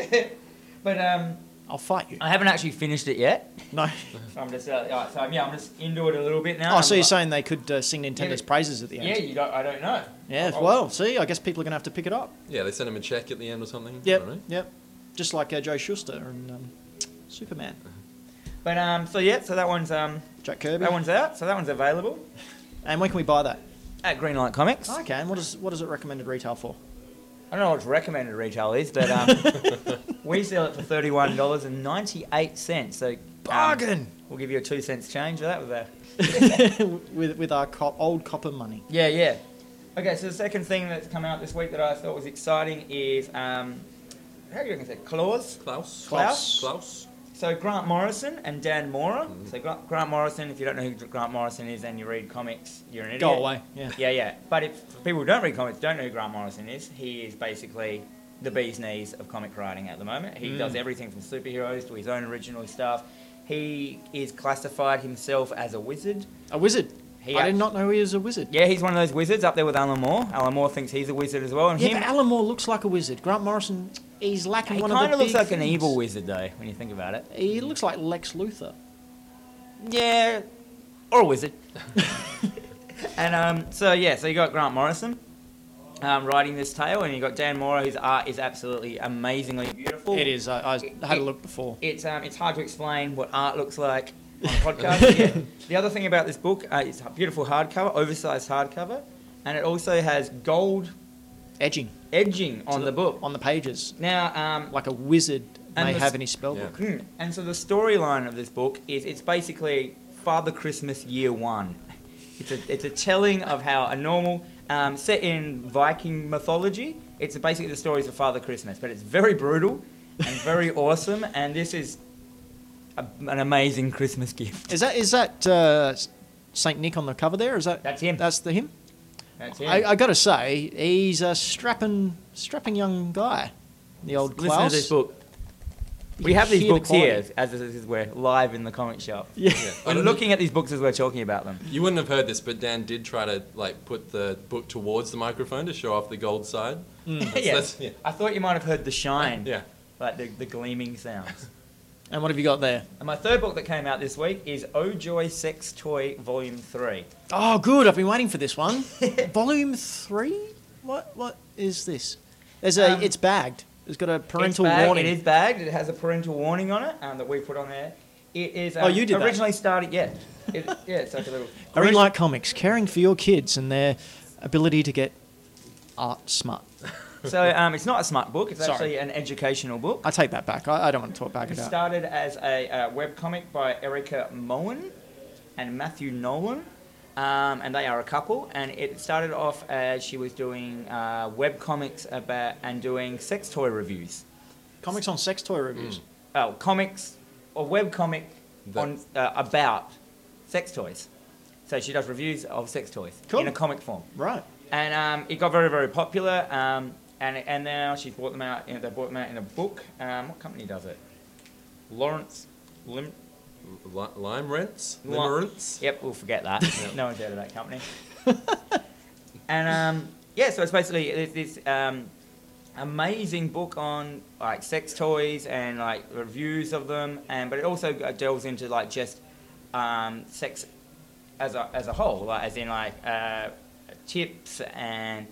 Speaker 2: But um,
Speaker 1: I'll fight you.
Speaker 2: I haven't actually finished it yet.
Speaker 1: No.
Speaker 2: So I'm just uh, alright, so I'm, yeah, I'm just into it a little bit now.
Speaker 1: Oh, so
Speaker 2: I'm
Speaker 1: you're
Speaker 2: like-
Speaker 1: saying they could uh, sing Nintendo's
Speaker 2: Yeah.
Speaker 1: praises at the
Speaker 2: Yeah,
Speaker 1: end?
Speaker 2: you don't. I don't know. Oh,
Speaker 1: Yeah.
Speaker 2: I'll-
Speaker 1: well, see, I guess people are going to have to pick it up.
Speaker 3: Yeah, they sent him a check at the end or something.
Speaker 1: Yep.
Speaker 3: I don't know.
Speaker 1: Yep. Just like uh, Joe Schuster and um, Superman.
Speaker 2: But um, so yeah, so that one's um,
Speaker 1: Jack Kirby.
Speaker 2: that one's out. So that one's available
Speaker 1: And when can we buy that?
Speaker 2: at Greenlight Comics. I
Speaker 1: Okay. And what is what is it recommended retail for?
Speaker 2: don't know what its recommended retail is, but um, we sell it for thirty-one dollars and ninety-eight cents. So um,
Speaker 1: Bargain.
Speaker 2: we'll give you a two cents change for that. With that.
Speaker 1: with with our cop, old copper money.
Speaker 2: Yeah, yeah. Okay, so the second thing that's come out this week that I thought was exciting is um, how do you reckon it's Claws.
Speaker 3: Klaus.
Speaker 2: Klaus?
Speaker 3: Klaus.
Speaker 2: So Grant Morrison and Dan Mora. So Grant, Grant Morrison, if you don't know who Grant Morrison is and you read comics, you're an idiot.
Speaker 1: Go away. Yeah.
Speaker 2: Yeah, yeah. But if people who don't read comics don't know who Grant Morrison is, he is basically the bee's knees of comic writing at the moment. He does
Speaker 1: Hmm.
Speaker 2: everything from superheroes to his own original stuff. He is classified himself as a wizard.
Speaker 1: A wizard.
Speaker 2: He
Speaker 1: I
Speaker 2: act-
Speaker 1: did not know he was a wizard.
Speaker 2: Yeah, he's one of those wizards up there with Alan Moore. Alan Moore thinks he's a wizard as well, and
Speaker 1: Yeah,
Speaker 2: him.
Speaker 1: but Alan Moore looks like a wizard. Grant Morrison, he's lacking
Speaker 2: he
Speaker 1: one
Speaker 2: kind
Speaker 1: of the
Speaker 2: of looks
Speaker 1: big
Speaker 2: like an
Speaker 1: things.
Speaker 2: evil wizard, though, when you think about it.
Speaker 1: He looks like Lex Luthor.
Speaker 2: Yeah, or a wizard. and um, so yeah, so you got Grant Morrison um, writing this tale, and you got Dan Mora, whose art is absolutely amazingly beautiful.
Speaker 1: It is. I, I had a look before.
Speaker 2: It's um, it's hard to explain what art looks like on a podcast. yeah. The other thing about this book, uh, it's a beautiful hardcover, oversized hardcover, and it also has gold
Speaker 1: Edging
Speaker 2: edging on the book.
Speaker 1: on the pages,
Speaker 2: Now, um,
Speaker 1: like a wizard
Speaker 2: And
Speaker 1: may
Speaker 2: the
Speaker 1: have
Speaker 2: s-
Speaker 1: in his spellbook.
Speaker 2: Hmm. And so the storyline of this book is it's basically Father Christmas Year One. It's a, it's a telling of how a normal, um, set in Viking mythology, it's basically the stories of Father Christmas, but it's very brutal and very awesome, and this is a, an amazing Christmas gift.
Speaker 1: Is that is that uh, Saint Nick on the cover there? Is that
Speaker 2: That's him.
Speaker 1: That's the him.
Speaker 2: That's it.
Speaker 1: I, I got to say, he's a strapping strapping young guy. The old
Speaker 2: Listen
Speaker 1: Klaus.
Speaker 2: to this book.
Speaker 1: You
Speaker 2: We
Speaker 1: can
Speaker 2: have these
Speaker 1: hear the
Speaker 2: books here as this is, we're live in the comic shop.
Speaker 1: Yeah.
Speaker 3: Yeah. I
Speaker 2: We're
Speaker 3: don't-
Speaker 2: looking at these books as we're talking about them.
Speaker 3: You wouldn't have heard this, but Dan did try to like put the book towards the microphone to show off the gold side.
Speaker 1: Hmm.
Speaker 3: Hmm, That's-
Speaker 2: yeah.
Speaker 3: that's- yeah.
Speaker 2: I thought you might have heard the shine.
Speaker 3: Yeah.
Speaker 2: Like the, the gleaming sounds.
Speaker 1: And what have you got there?
Speaker 2: and my third book that came out this week is Oh Joy Sex Toy Volume 3.
Speaker 1: Oh, good. I've been waiting for this one. Volume three. What what is this? There's a.
Speaker 2: Um,
Speaker 1: it's bagged. It's got a parental
Speaker 2: It's bagged-
Speaker 1: warning.
Speaker 2: It is bagged. It has a parental warning on it um, that we put on there. It is. Um,
Speaker 1: Oh, you did that.
Speaker 2: Originally started, yeah. It, yeah, it's like a little.
Speaker 1: Green Light Comics, caring for your kids and their ability to get art smart.
Speaker 2: So um, it's not a smart book. It's
Speaker 1: Sorry.
Speaker 2: actually an educational book.
Speaker 1: I take that back. I, I uh, don't want to talk back
Speaker 2: It
Speaker 1: about.
Speaker 2: started as a uh, webcomic by Erica Moen and Matthew Nolan, um, and they are a couple. And it started off as she was doing uh, webcomics about and doing sex toy reviews.
Speaker 1: Comics on sex toy reviews.
Speaker 2: Oh, comics or webcomic
Speaker 3: That-
Speaker 2: on, uh, about sex toys. So she does reviews of sex toys
Speaker 1: Cool.
Speaker 2: in a comic form
Speaker 1: Right.
Speaker 2: and um, it got very very popular. Um, and and now she's brought them out. You know, they brought them out in a book. Um, what company does it? Lawrence Lim.
Speaker 3: Li- lime rents,
Speaker 2: Li-
Speaker 3: limerence.
Speaker 2: Yep, we'll forget that.
Speaker 3: Yep.
Speaker 2: no one's heard of that company. and um, yeah, so it's basically it's this um, amazing book on like sex toys and like reviews of them, and but it also uh, delves into like just um, sex as a as a whole, like as in like uh, tips and.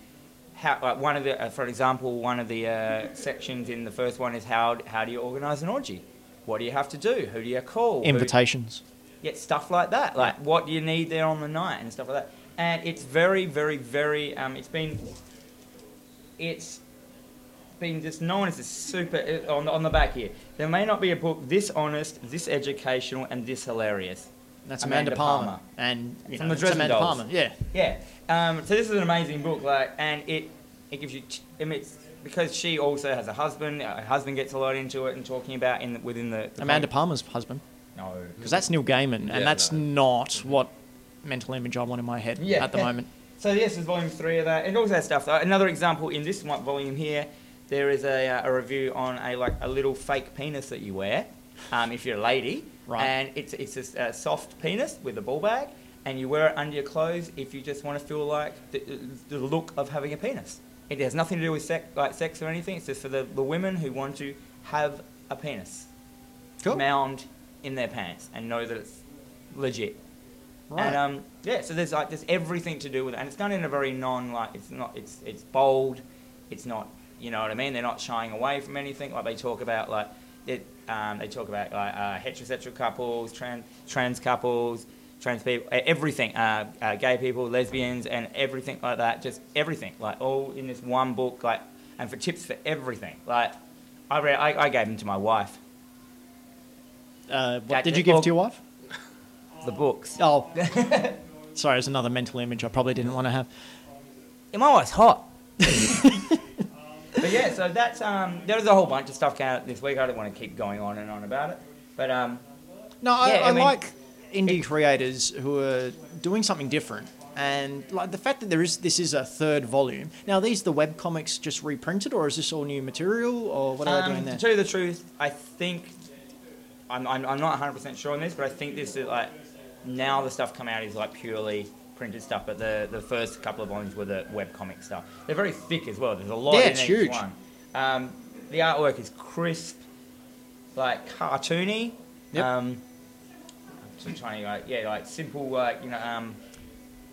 Speaker 2: How, like one of the, uh, for example, one of the uh, sections in the first one is how, how do you organise an orgy? What do you have to do? Who do you call? Who-
Speaker 1: Invitations.
Speaker 2: get stuff like that, like what do you need there on the night and stuff like that. And it's very, very, very. Um, it's been, it's been just known as a super uh, on the, on the back here. There may not be a book this honest, this educational, and this hilarious.
Speaker 1: That's
Speaker 2: Amanda
Speaker 1: Amanda, Palmer.
Speaker 2: Palmer.
Speaker 1: And you
Speaker 2: From
Speaker 1: know,
Speaker 2: the
Speaker 1: it's
Speaker 2: Dresden
Speaker 1: Amanda
Speaker 2: Dolls.
Speaker 1: Palmer. Yeah.
Speaker 2: Yeah. Um, so this is an amazing book, like, and it it gives you. T- I mean, it's because she also has a husband. Her husband gets a lot into it and talking about in the, within the, Mm. the
Speaker 1: Amanda
Speaker 2: comic-
Speaker 1: Palmer's husband.
Speaker 2: No.
Speaker 1: Because that's Neil Gaiman, and
Speaker 3: Yeah,
Speaker 1: that's
Speaker 3: no.
Speaker 1: not what mental image I want in my head
Speaker 2: Yeah.
Speaker 1: at the moment.
Speaker 2: So yes, there's volume three of that, and all that stuff. Uh, Another example in this one volume here, there is a, uh, a review on a like a little fake penis that you wear, um, if you're a lady,
Speaker 1: Right.
Speaker 2: and it's it's a s- a soft penis with a ball bag, and you wear it under your clothes if you just want to feel like the, the look of having a penis. It has nothing to do with sex, like sex or anything. It's just for the, the women who want to have a penis
Speaker 1: Cool.
Speaker 2: mound in their pants and know that it's legit.
Speaker 1: Right.
Speaker 2: And um, yeah, so there's like there's everything to do with it, and it's done in a very non like it's not it's it's bold, it's not you know what I mean. They're not shying away from anything. Like they talk about like it, um, they talk about like uh, heterosexual couples, trans trans couples, trans people, e- everything, uh, uh, gay people, lesbians, and everything like that. Just everything like all in this one book. Like and for tips for everything. Like I read, I, I gave them to my wife.
Speaker 1: uh, what
Speaker 2: that-
Speaker 1: did you give
Speaker 2: well-
Speaker 1: to your wife?
Speaker 2: The books.
Speaker 1: Oh. Sorry, it was another mental image I probably didn't want to have.
Speaker 2: Yeah, my wife's hot. but yeah, so that's um, there was a whole bunch of stuff came out this week. I don't want to keep going on and on about it, but um,
Speaker 1: No, I,
Speaker 2: Yeah, I
Speaker 1: I,
Speaker 2: mean-
Speaker 1: like indie creators who are doing something different And like the fact that there is this is a third volume. Now, are these the web comics just reprinted, or is this all new material, or what are they doing
Speaker 2: Um, to
Speaker 1: there?
Speaker 2: tell you the truth, I think I'm, I'm, I'm not 100% sure on this, but I think this is like now the stuff come out is like purely printed stuff, but the, the first couple of volumes were the webcomic stuff. They're very thick as well. There's a lot
Speaker 1: Yeah,
Speaker 2: in
Speaker 1: it's
Speaker 2: each
Speaker 1: huge.
Speaker 2: one. Um, the artwork is crisp, like cartoony.
Speaker 1: Yep.
Speaker 2: Um, I'm just trying to like yeah, like simple like you know um,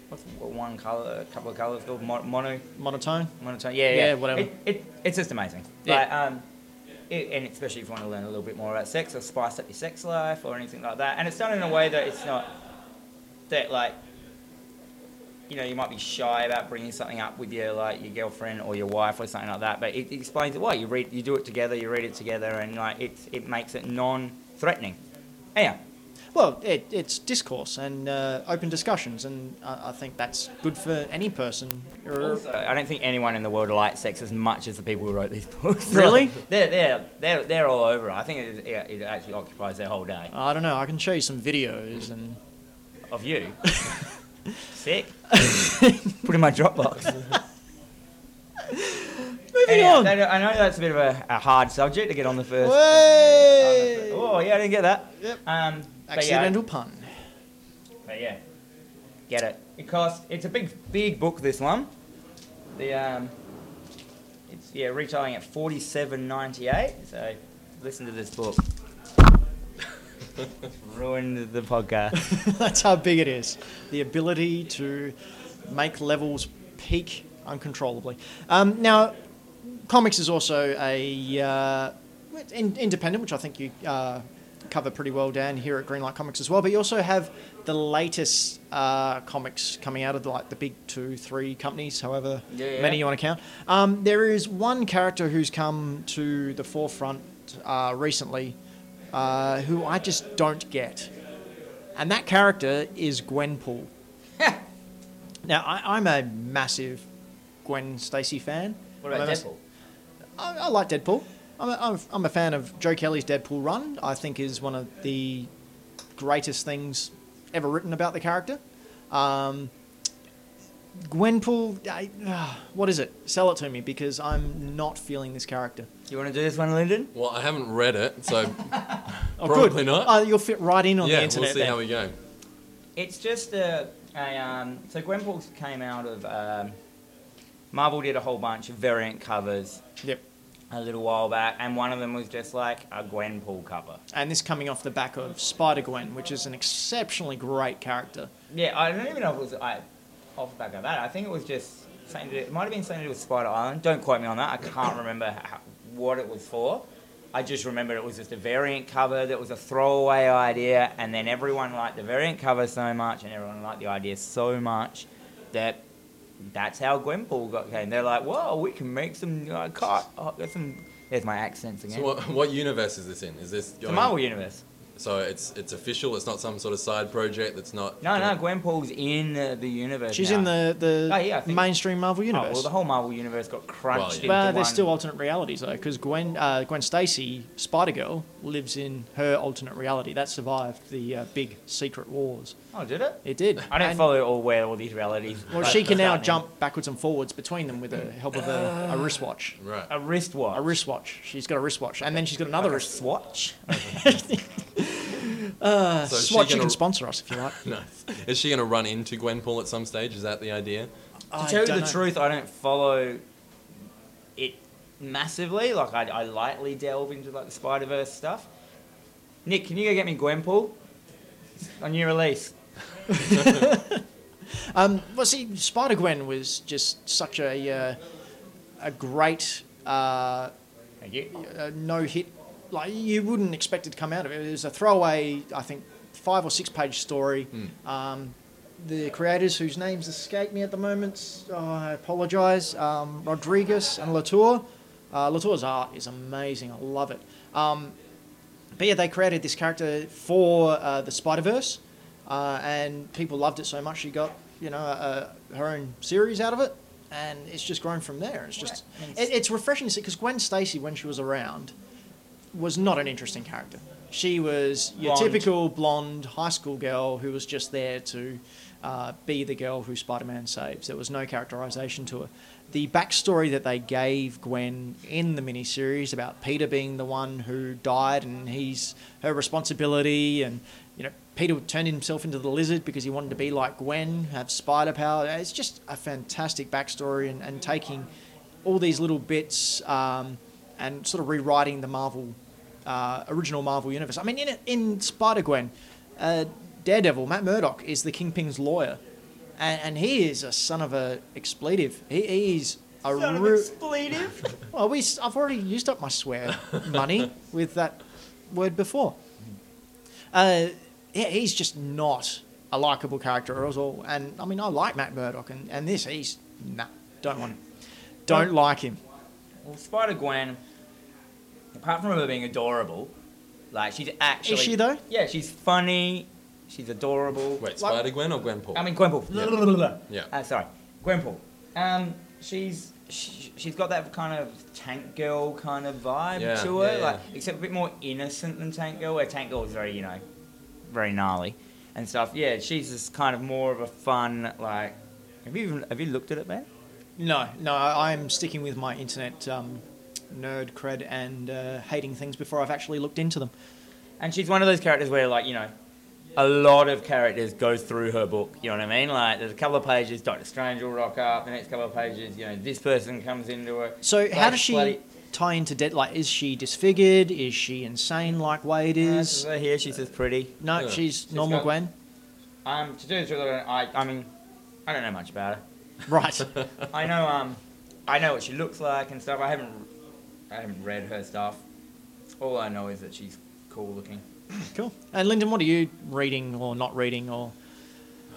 Speaker 2: what's one color, a couple of colors called Mo- mono
Speaker 1: Monotone.
Speaker 2: monotone. Yeah,
Speaker 1: Yeah,
Speaker 2: yeah,
Speaker 1: whatever.
Speaker 2: It, it, it's just amazing.
Speaker 1: Yeah.
Speaker 2: Like, um, it, and especially if you want to learn a little bit more about sex or spice up your sex life or anything like that. And it's done in a way that it's not that like you know you might be shy about bringing something up with your like your girlfriend or your wife or something like that. But it, it explains it well. You read, you do it together, you read it together, and like it it makes it non-threatening. Yeah.
Speaker 1: Well, it, it's discourse and uh, open discussions, and I, I think that's good for any person. Or-
Speaker 2: Also, I don't think anyone in the world likes sex as much as the people who wrote these books.
Speaker 1: Really?
Speaker 2: they're, they're, they're, they're all over it. I think it, it, it actually occupies their whole day.
Speaker 1: I don't know. I can show you some videos, and
Speaker 2: Of you. Sick. Put in my Dropbox.
Speaker 1: moving
Speaker 2: Anyhow,
Speaker 1: on.
Speaker 2: that- I know that's a bit of a, a hard subject to get on the first.
Speaker 1: Way!
Speaker 2: Oh, yeah, I didn't get that.
Speaker 1: Yep.
Speaker 2: Um, but yeah,
Speaker 1: Accidental pun.
Speaker 2: But yeah, get it. It costs. It's a big, big book. This one. The um, it's yeah, retailing at forty-seven ninety-eight. So listen to this book. Ruined the podcast.
Speaker 1: That's how big it is. The ability to make levels peak uncontrollably. Um, now, comics is also a uh, in, independent, which I think you uh, cover pretty well, Dan, here at Greenlight Comics as well. But you also have the latest uh, comics coming out of like the big two, three companies, however
Speaker 2: Yeah, yeah.
Speaker 1: many you want to count. Um, there is one character who's come to the forefront uh, recently, uh, who I just don't get. And that character is Gwenpool. now, I, I'm a massive Gwen Stacy fan.
Speaker 2: What about
Speaker 1: I'm a mass-
Speaker 2: Deadpool?
Speaker 1: I, I like Deadpool. I'm a, I'm, I'm a fan of Joe Kelly's Deadpool run. I think is one of the greatest things ever written about the character. Um, Gwenpool, I, ah, what is it? Sell it to me because I'm not feeling this character.
Speaker 2: You want to do this one, Lyndon?
Speaker 3: Well, I haven't read it, so
Speaker 1: Oh,
Speaker 3: Probably
Speaker 1: good.
Speaker 3: not.
Speaker 1: Oh, you'll fit right in on
Speaker 3: yeah,
Speaker 1: the
Speaker 3: we'll
Speaker 1: internet.
Speaker 3: see
Speaker 1: then.
Speaker 3: how we go.
Speaker 2: It's just a, a um, so Gwenpool came out of um, Marvel did a whole bunch of variant covers
Speaker 1: Yep.
Speaker 2: a little while back, and one of them was just like a Gwenpool cover.
Speaker 1: And this coming off the back of Spider Gwen, which is an exceptionally great character.
Speaker 2: Yeah, I don't even know if it was I, off the back of that. I think it was just something to do, it might have been something to do with Spider Island. Don't quote me on that. I can't remember how, what it was for. I just remember it was just a variant cover that was a throwaway idea, and then everyone liked the variant cover so much, and everyone liked the idea so much that that's how Gwenpool got came. They're like, "Whoa, we can make some uh, car- oh, there's some." There's my accents again.
Speaker 3: So, what, what universe is this in? Is this
Speaker 2: the
Speaker 3: going?
Speaker 2: Marvel Universe.
Speaker 3: So it's it's official. It's not some sort of side project. That's not.
Speaker 2: No, no, Gwenpool's in the, the universe.
Speaker 1: She's
Speaker 2: now.
Speaker 1: in the, the
Speaker 2: Oh, yeah, I think-
Speaker 1: mainstream Marvel
Speaker 2: Oh,
Speaker 1: universe.
Speaker 2: well, the whole Marvel universe got
Speaker 3: Well,
Speaker 2: crunched
Speaker 3: yeah.
Speaker 2: into
Speaker 1: Well,
Speaker 2: one.
Speaker 1: there's still alternate realities though, because Gwen uh, Gwen Stacy, Spider Girl, lives in her alternate reality that survived the uh, big secret wars.
Speaker 2: Oh, did it?
Speaker 1: It did.
Speaker 2: I don't
Speaker 1: And-
Speaker 2: follow all where all these realities.
Speaker 1: Well,
Speaker 2: like,
Speaker 1: she can now
Speaker 2: starting.
Speaker 1: jump backwards and forwards between them with the help of a, a wristwatch.
Speaker 3: Right.
Speaker 2: a wristwatch.
Speaker 1: A wristwatch. She's got a wristwatch, and then she's got
Speaker 2: Like
Speaker 1: another
Speaker 2: a
Speaker 1: wrist
Speaker 2: swatch.
Speaker 1: uh,
Speaker 3: So is she
Speaker 1: swatch. You
Speaker 3: gonna-
Speaker 1: can sponsor us if you like.
Speaker 3: Nice. Is she going to run into Gwenpool at some stage? Is that the idea?
Speaker 1: I
Speaker 2: to tell you the
Speaker 1: don't know.
Speaker 2: truth, I don't follow it massively. Like I, I lightly delve into like the Spider Verse stuff. Nick, can you go get me Gwenpool? On new release.
Speaker 1: Um, well, see, Spider Gwen was just such a uh, a great. Uh,
Speaker 2: Thank you.
Speaker 1: a uh, no hit. Like you wouldn't expect it to come out of it. It was a throwaway, I think, five or six page story. Um, the creators whose names escape me at the moment, oh, I apologise. Um, Rodriguez and Latour. Uh, Latour's art is amazing. I love it. Um, but yeah, they created this character for uh, the Spider Verse, uh, and people loved it so much she got you know uh, her own series out of it, and it's just grown from there. It's just
Speaker 2: Right.
Speaker 1: it, it's refreshing to see because Gwen Stacy, when she was around, was not an interesting character. She was your
Speaker 2: Blonde.
Speaker 1: typical blonde high school girl who was just there to uh, be the girl who Spider Man saves. There was no characterization to her. The backstory that they gave Gwen in the miniseries about Peter being the one who died and he's her responsibility, and you know Peter turned himself into the lizard because he wanted to be like Gwen, have spider power. It's just a fantastic backstory and, and taking all these little bits um, and sort of rewriting the Marvel uh, original Marvel universe. I mean, in in Spider Gwen, uh, Daredevil Matt Murdock is the Kingpin's lawyer, and, and he is a son of a expletive. He, he is a
Speaker 2: Son of
Speaker 1: ru-
Speaker 2: expletive.
Speaker 1: well, we s- I've already used up my swear money with that word before. Uh, yeah, he's just not a likable character at all. And I mean, I like Matt Murdock, and, and this he's nah, don't want him, don't like him.
Speaker 2: well, Spider Gwen, apart from her being adorable, like she's actually.
Speaker 1: Is she though?
Speaker 2: Yeah, she's funny. She's adorable.
Speaker 3: Wait, Spider Gwen or Gwenpool?
Speaker 2: I mean, Gwenpool.
Speaker 3: Yeah.
Speaker 2: Uh, sorry, Gwenpool. Um, she's she, she's got that kind of Tank Girl kind of vibe
Speaker 3: Yeah,
Speaker 2: to her,
Speaker 3: yeah, yeah.
Speaker 2: like except a bit more innocent than Tank Girl, where Tank Girl is very you know, very gnarly and stuff. Yeah, she's just kind of more of a fun like. Have you even have you looked at it, man?
Speaker 1: No, no, I- I'm sticking with my internet um, nerd cred and uh, hating things before I've actually looked into them.
Speaker 2: And she's one of those characters where, like, you know, a lot of characters go through her book. You know what I mean? Like, there's a couple of pages, Doctor Strange will rock up. The next couple of pages, you know, this person comes into it.
Speaker 1: So how
Speaker 2: Like,
Speaker 1: does she
Speaker 2: bloody-
Speaker 1: tie into debt? Like, is she disfigured? Is she insane like Wade is?
Speaker 2: Uh, here she's just pretty.
Speaker 1: No,
Speaker 3: Yeah.
Speaker 1: she's
Speaker 2: She's
Speaker 1: normal
Speaker 2: got-
Speaker 1: Gwen.
Speaker 2: Um, to do this, I, I mean, I don't know much about her.
Speaker 1: Right.
Speaker 2: I know, um, I know what she looks like and stuff. I haven't, I haven't read her stuff. All I know is that she's cool looking.
Speaker 1: cool. And Lyndon, what are you reading or not reading or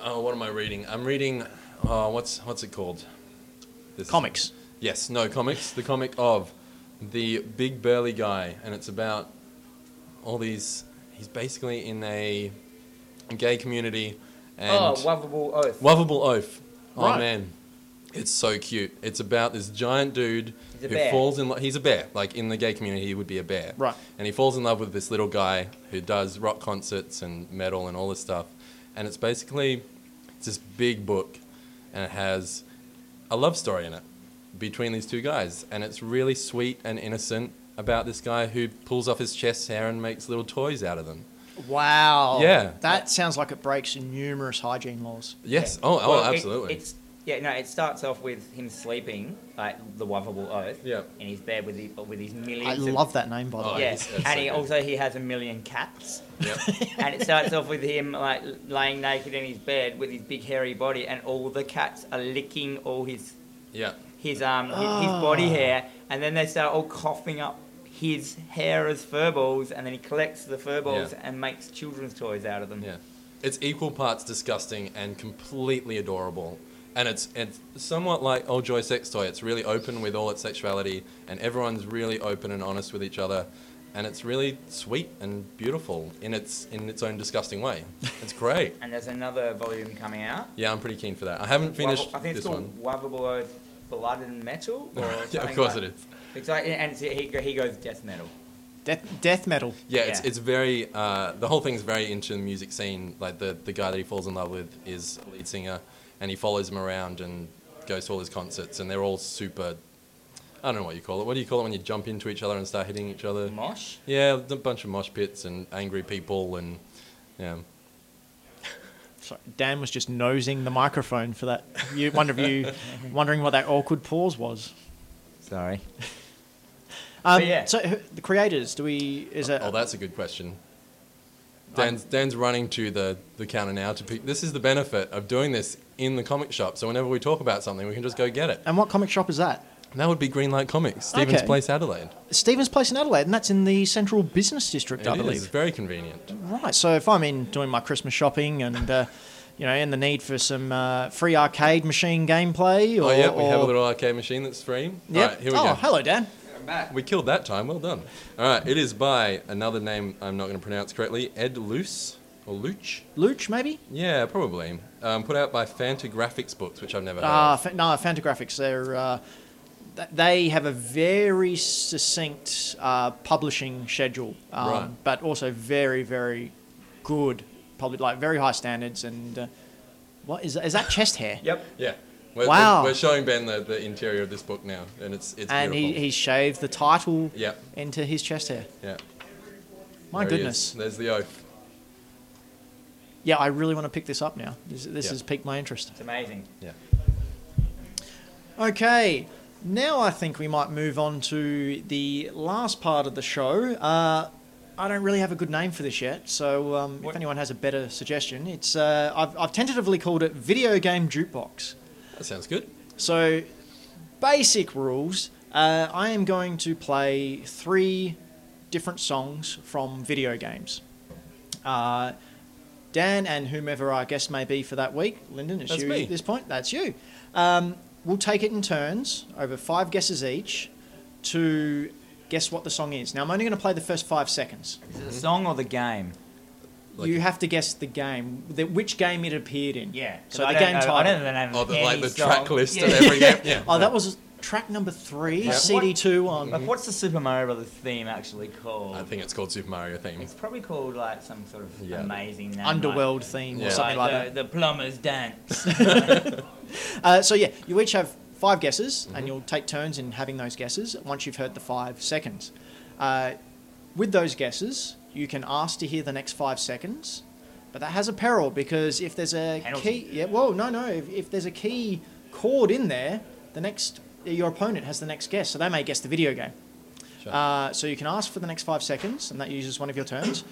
Speaker 3: Oh, what am I reading? I'm reading. Oh, what's what's it called? This
Speaker 1: comics?
Speaker 3: Yes, no comics. The comic of the big burly guy, and it's about all these. He's basically in a gay community, and
Speaker 2: oh, lovable oath.
Speaker 3: Lovable Oath. Oh
Speaker 1: Right.
Speaker 3: man, it's so cute. It's about this giant dude
Speaker 2: He's a
Speaker 3: who
Speaker 2: bear.
Speaker 3: falls in love. He's a bear. Like in the gay community, he would be a bear.
Speaker 1: Right.
Speaker 3: And he falls in love with this little guy who does rock concerts and metal and all this stuff. And it's basically it's this big book, and it has a love story in it between these two guys, and it's really sweet and innocent about this guy who pulls off his chest hair and makes little toys out of them.
Speaker 1: Wow.
Speaker 3: Yeah.
Speaker 1: That sounds like it breaks numerous hygiene laws.
Speaker 3: Yes.
Speaker 2: Yeah.
Speaker 3: Oh,
Speaker 2: Well,
Speaker 3: oh,
Speaker 2: it-
Speaker 3: absolutely.
Speaker 2: it's yeah, no. It starts off with him sleeping, like the lovable oath.
Speaker 3: Yeah.
Speaker 2: In his bed with the, with his millions.
Speaker 1: I
Speaker 2: of-
Speaker 1: love that name by the
Speaker 3: Oh,
Speaker 1: way.
Speaker 2: Yeah,
Speaker 3: he's- that's
Speaker 2: and
Speaker 3: so
Speaker 2: he
Speaker 3: good.
Speaker 2: also he has a million cats.
Speaker 3: Yep.
Speaker 2: and it starts off with him like laying naked in his bed with his big hairy body, and all the cats are licking all his
Speaker 3: yeah.
Speaker 2: his um his, his body
Speaker 1: Ah.
Speaker 2: hair, and then they start all coughing up his hair as fur balls, and then he collects the fur balls
Speaker 3: Yeah.
Speaker 2: and makes children's toys out of them.
Speaker 3: Yeah, it's equal parts disgusting and completely adorable, and it's it's somewhat like Old Joy Sex Toy. It's really open with all its sexuality, and everyone's really open and honest with each other, and it's really sweet and beautiful in its in its own disgusting way. It's great.
Speaker 2: And there's another volume coming out.
Speaker 3: Yeah, I'm pretty keen for that. I haven't finished
Speaker 2: Wavable- I think it's
Speaker 3: this
Speaker 2: called
Speaker 3: one.
Speaker 2: Wavable Earth Blood and Metal. Or
Speaker 3: yeah,
Speaker 2: something
Speaker 3: of course
Speaker 2: like-
Speaker 3: it is.
Speaker 2: It's like, and it's, he, he goes death metal.
Speaker 1: Death, death metal.
Speaker 3: Yeah, it's
Speaker 2: Yeah.
Speaker 3: it's very uh, the whole thing's very into the music scene. Like the the guy that he falls in love with is a lead singer, and he follows him around and goes to all his concerts, and they're all super. I don't know what you call it. What do you call it when you jump into each other and start hitting each other?
Speaker 2: Mosh.
Speaker 3: Yeah, a bunch of mosh pits and angry people and yeah.
Speaker 1: Sorry, Dan was just nosing the microphone for that. You, one of you wondering what that awkward pause was.
Speaker 2: Sorry.
Speaker 1: Um,
Speaker 2: But yeah.
Speaker 1: So who- the creators, do we? Is it?
Speaker 3: Oh, that's a good question. Dan's, Dan's running to the, the counter now to pick. This is the benefit of doing this in the comic shop. So whenever we talk about something, we can just go get it.
Speaker 1: and what comic shop is that?
Speaker 3: And that would be Greenlight Comics, Stevens
Speaker 1: Okay.
Speaker 3: Place, Adelaide.
Speaker 1: Stevens Place in Adelaide, and that's in the Central Business District, I
Speaker 3: It
Speaker 1: believe.
Speaker 3: is very convenient.
Speaker 1: Right. So if I'm in doing my Christmas shopping and. Uh, you know, in the need for some uh, free arcade machine gameplay. Or,
Speaker 3: oh yeah, we have a
Speaker 1: or-
Speaker 3: little arcade machine that's free.
Speaker 1: Yep.
Speaker 3: All right, here we
Speaker 1: oh,
Speaker 3: go.
Speaker 1: hello, Dan.
Speaker 2: I'm back.
Speaker 3: We killed that time. Well done. All right, it is by another name I'm not going to pronounce correctly. Ed Luce or Luch?
Speaker 1: Luch, maybe?
Speaker 3: Yeah, probably. Um, put out by Fantagraphics Books, which I've never heard.
Speaker 1: Ah,
Speaker 3: of.
Speaker 1: fa- no, Fantagraphics. They're uh, th- they have a very succinct uh, publishing schedule, um,
Speaker 3: Right.
Speaker 1: but also very very good, public like very high standards and. Uh, What is is that chest hair?
Speaker 2: Yep.
Speaker 3: Yeah. We're,
Speaker 1: Wow.
Speaker 3: We're, we're showing Ben the, the interior of this book now, and it's it's
Speaker 1: And he,
Speaker 3: beautiful.
Speaker 1: he shaved the title
Speaker 3: yeah,
Speaker 1: into his chest hair.
Speaker 3: yeah.
Speaker 1: My
Speaker 3: There he
Speaker 1: goodness.
Speaker 3: is. There's the oath.
Speaker 1: Yeah, I really want to pick this up now. This, this
Speaker 3: Yeah.
Speaker 1: has piqued my interest.
Speaker 2: It's amazing.
Speaker 3: Yeah.
Speaker 1: Okay, now I think we might move on to the last part of the show. Uh, I don't really have a good name for this yet, so um, if
Speaker 2: What-
Speaker 1: anyone has a better suggestion, it's uh, I've, I've tentatively called it video game jukebox.
Speaker 3: That sounds good.
Speaker 1: So, basic rules. Uh, I am going to play three different songs from video games. Uh, Dan and whomever our guest may be for that week, Lyndon, it's
Speaker 3: That's
Speaker 1: you
Speaker 3: me.
Speaker 1: at this point. That's you. Um, we'll take it in turns over five guesses each to guess what the song is. Now, I'm only going to play the first five seconds.
Speaker 2: Is it the song or the game?
Speaker 3: Like-
Speaker 1: you have to guess the game, the, which game it appeared in.
Speaker 2: Yeah. 'cause
Speaker 1: So
Speaker 2: I
Speaker 1: the
Speaker 2: don't
Speaker 1: game
Speaker 2: know-
Speaker 1: title.
Speaker 2: I don't know the name
Speaker 3: Oh,
Speaker 2: of
Speaker 3: the, like the
Speaker 2: any song.
Speaker 3: track list of
Speaker 2: Yeah.
Speaker 3: every game. Yeah.
Speaker 1: Oh, that was track number three,
Speaker 3: Yeah.
Speaker 1: CD2 on.
Speaker 2: Like, what's the Super Mario Brothers theme actually called?
Speaker 3: I think it's called Super Mario theme.
Speaker 2: it's probably called like some sort of
Speaker 3: Yeah.
Speaker 2: amazing name.
Speaker 1: underworld theme
Speaker 3: Yeah.
Speaker 1: or
Speaker 2: Like,
Speaker 1: something like
Speaker 2: the, the plumber's dance.
Speaker 1: that. Uh, so yeah, you each have five guesses,
Speaker 3: Mm-hmm.
Speaker 1: and you'll take turns in having those guesses. Once you've heard the five seconds, uh, with those guesses, you can ask to hear the next five seconds. But that has a peril because if there's a
Speaker 2: Penalty.
Speaker 1: key, yeah, well, no, no, if, if there's a key chord in there, the next your opponent has the next guess, so they may guess the video game.
Speaker 3: Sure.
Speaker 1: Uh, so you can ask for the next five seconds, and that uses one of your turns.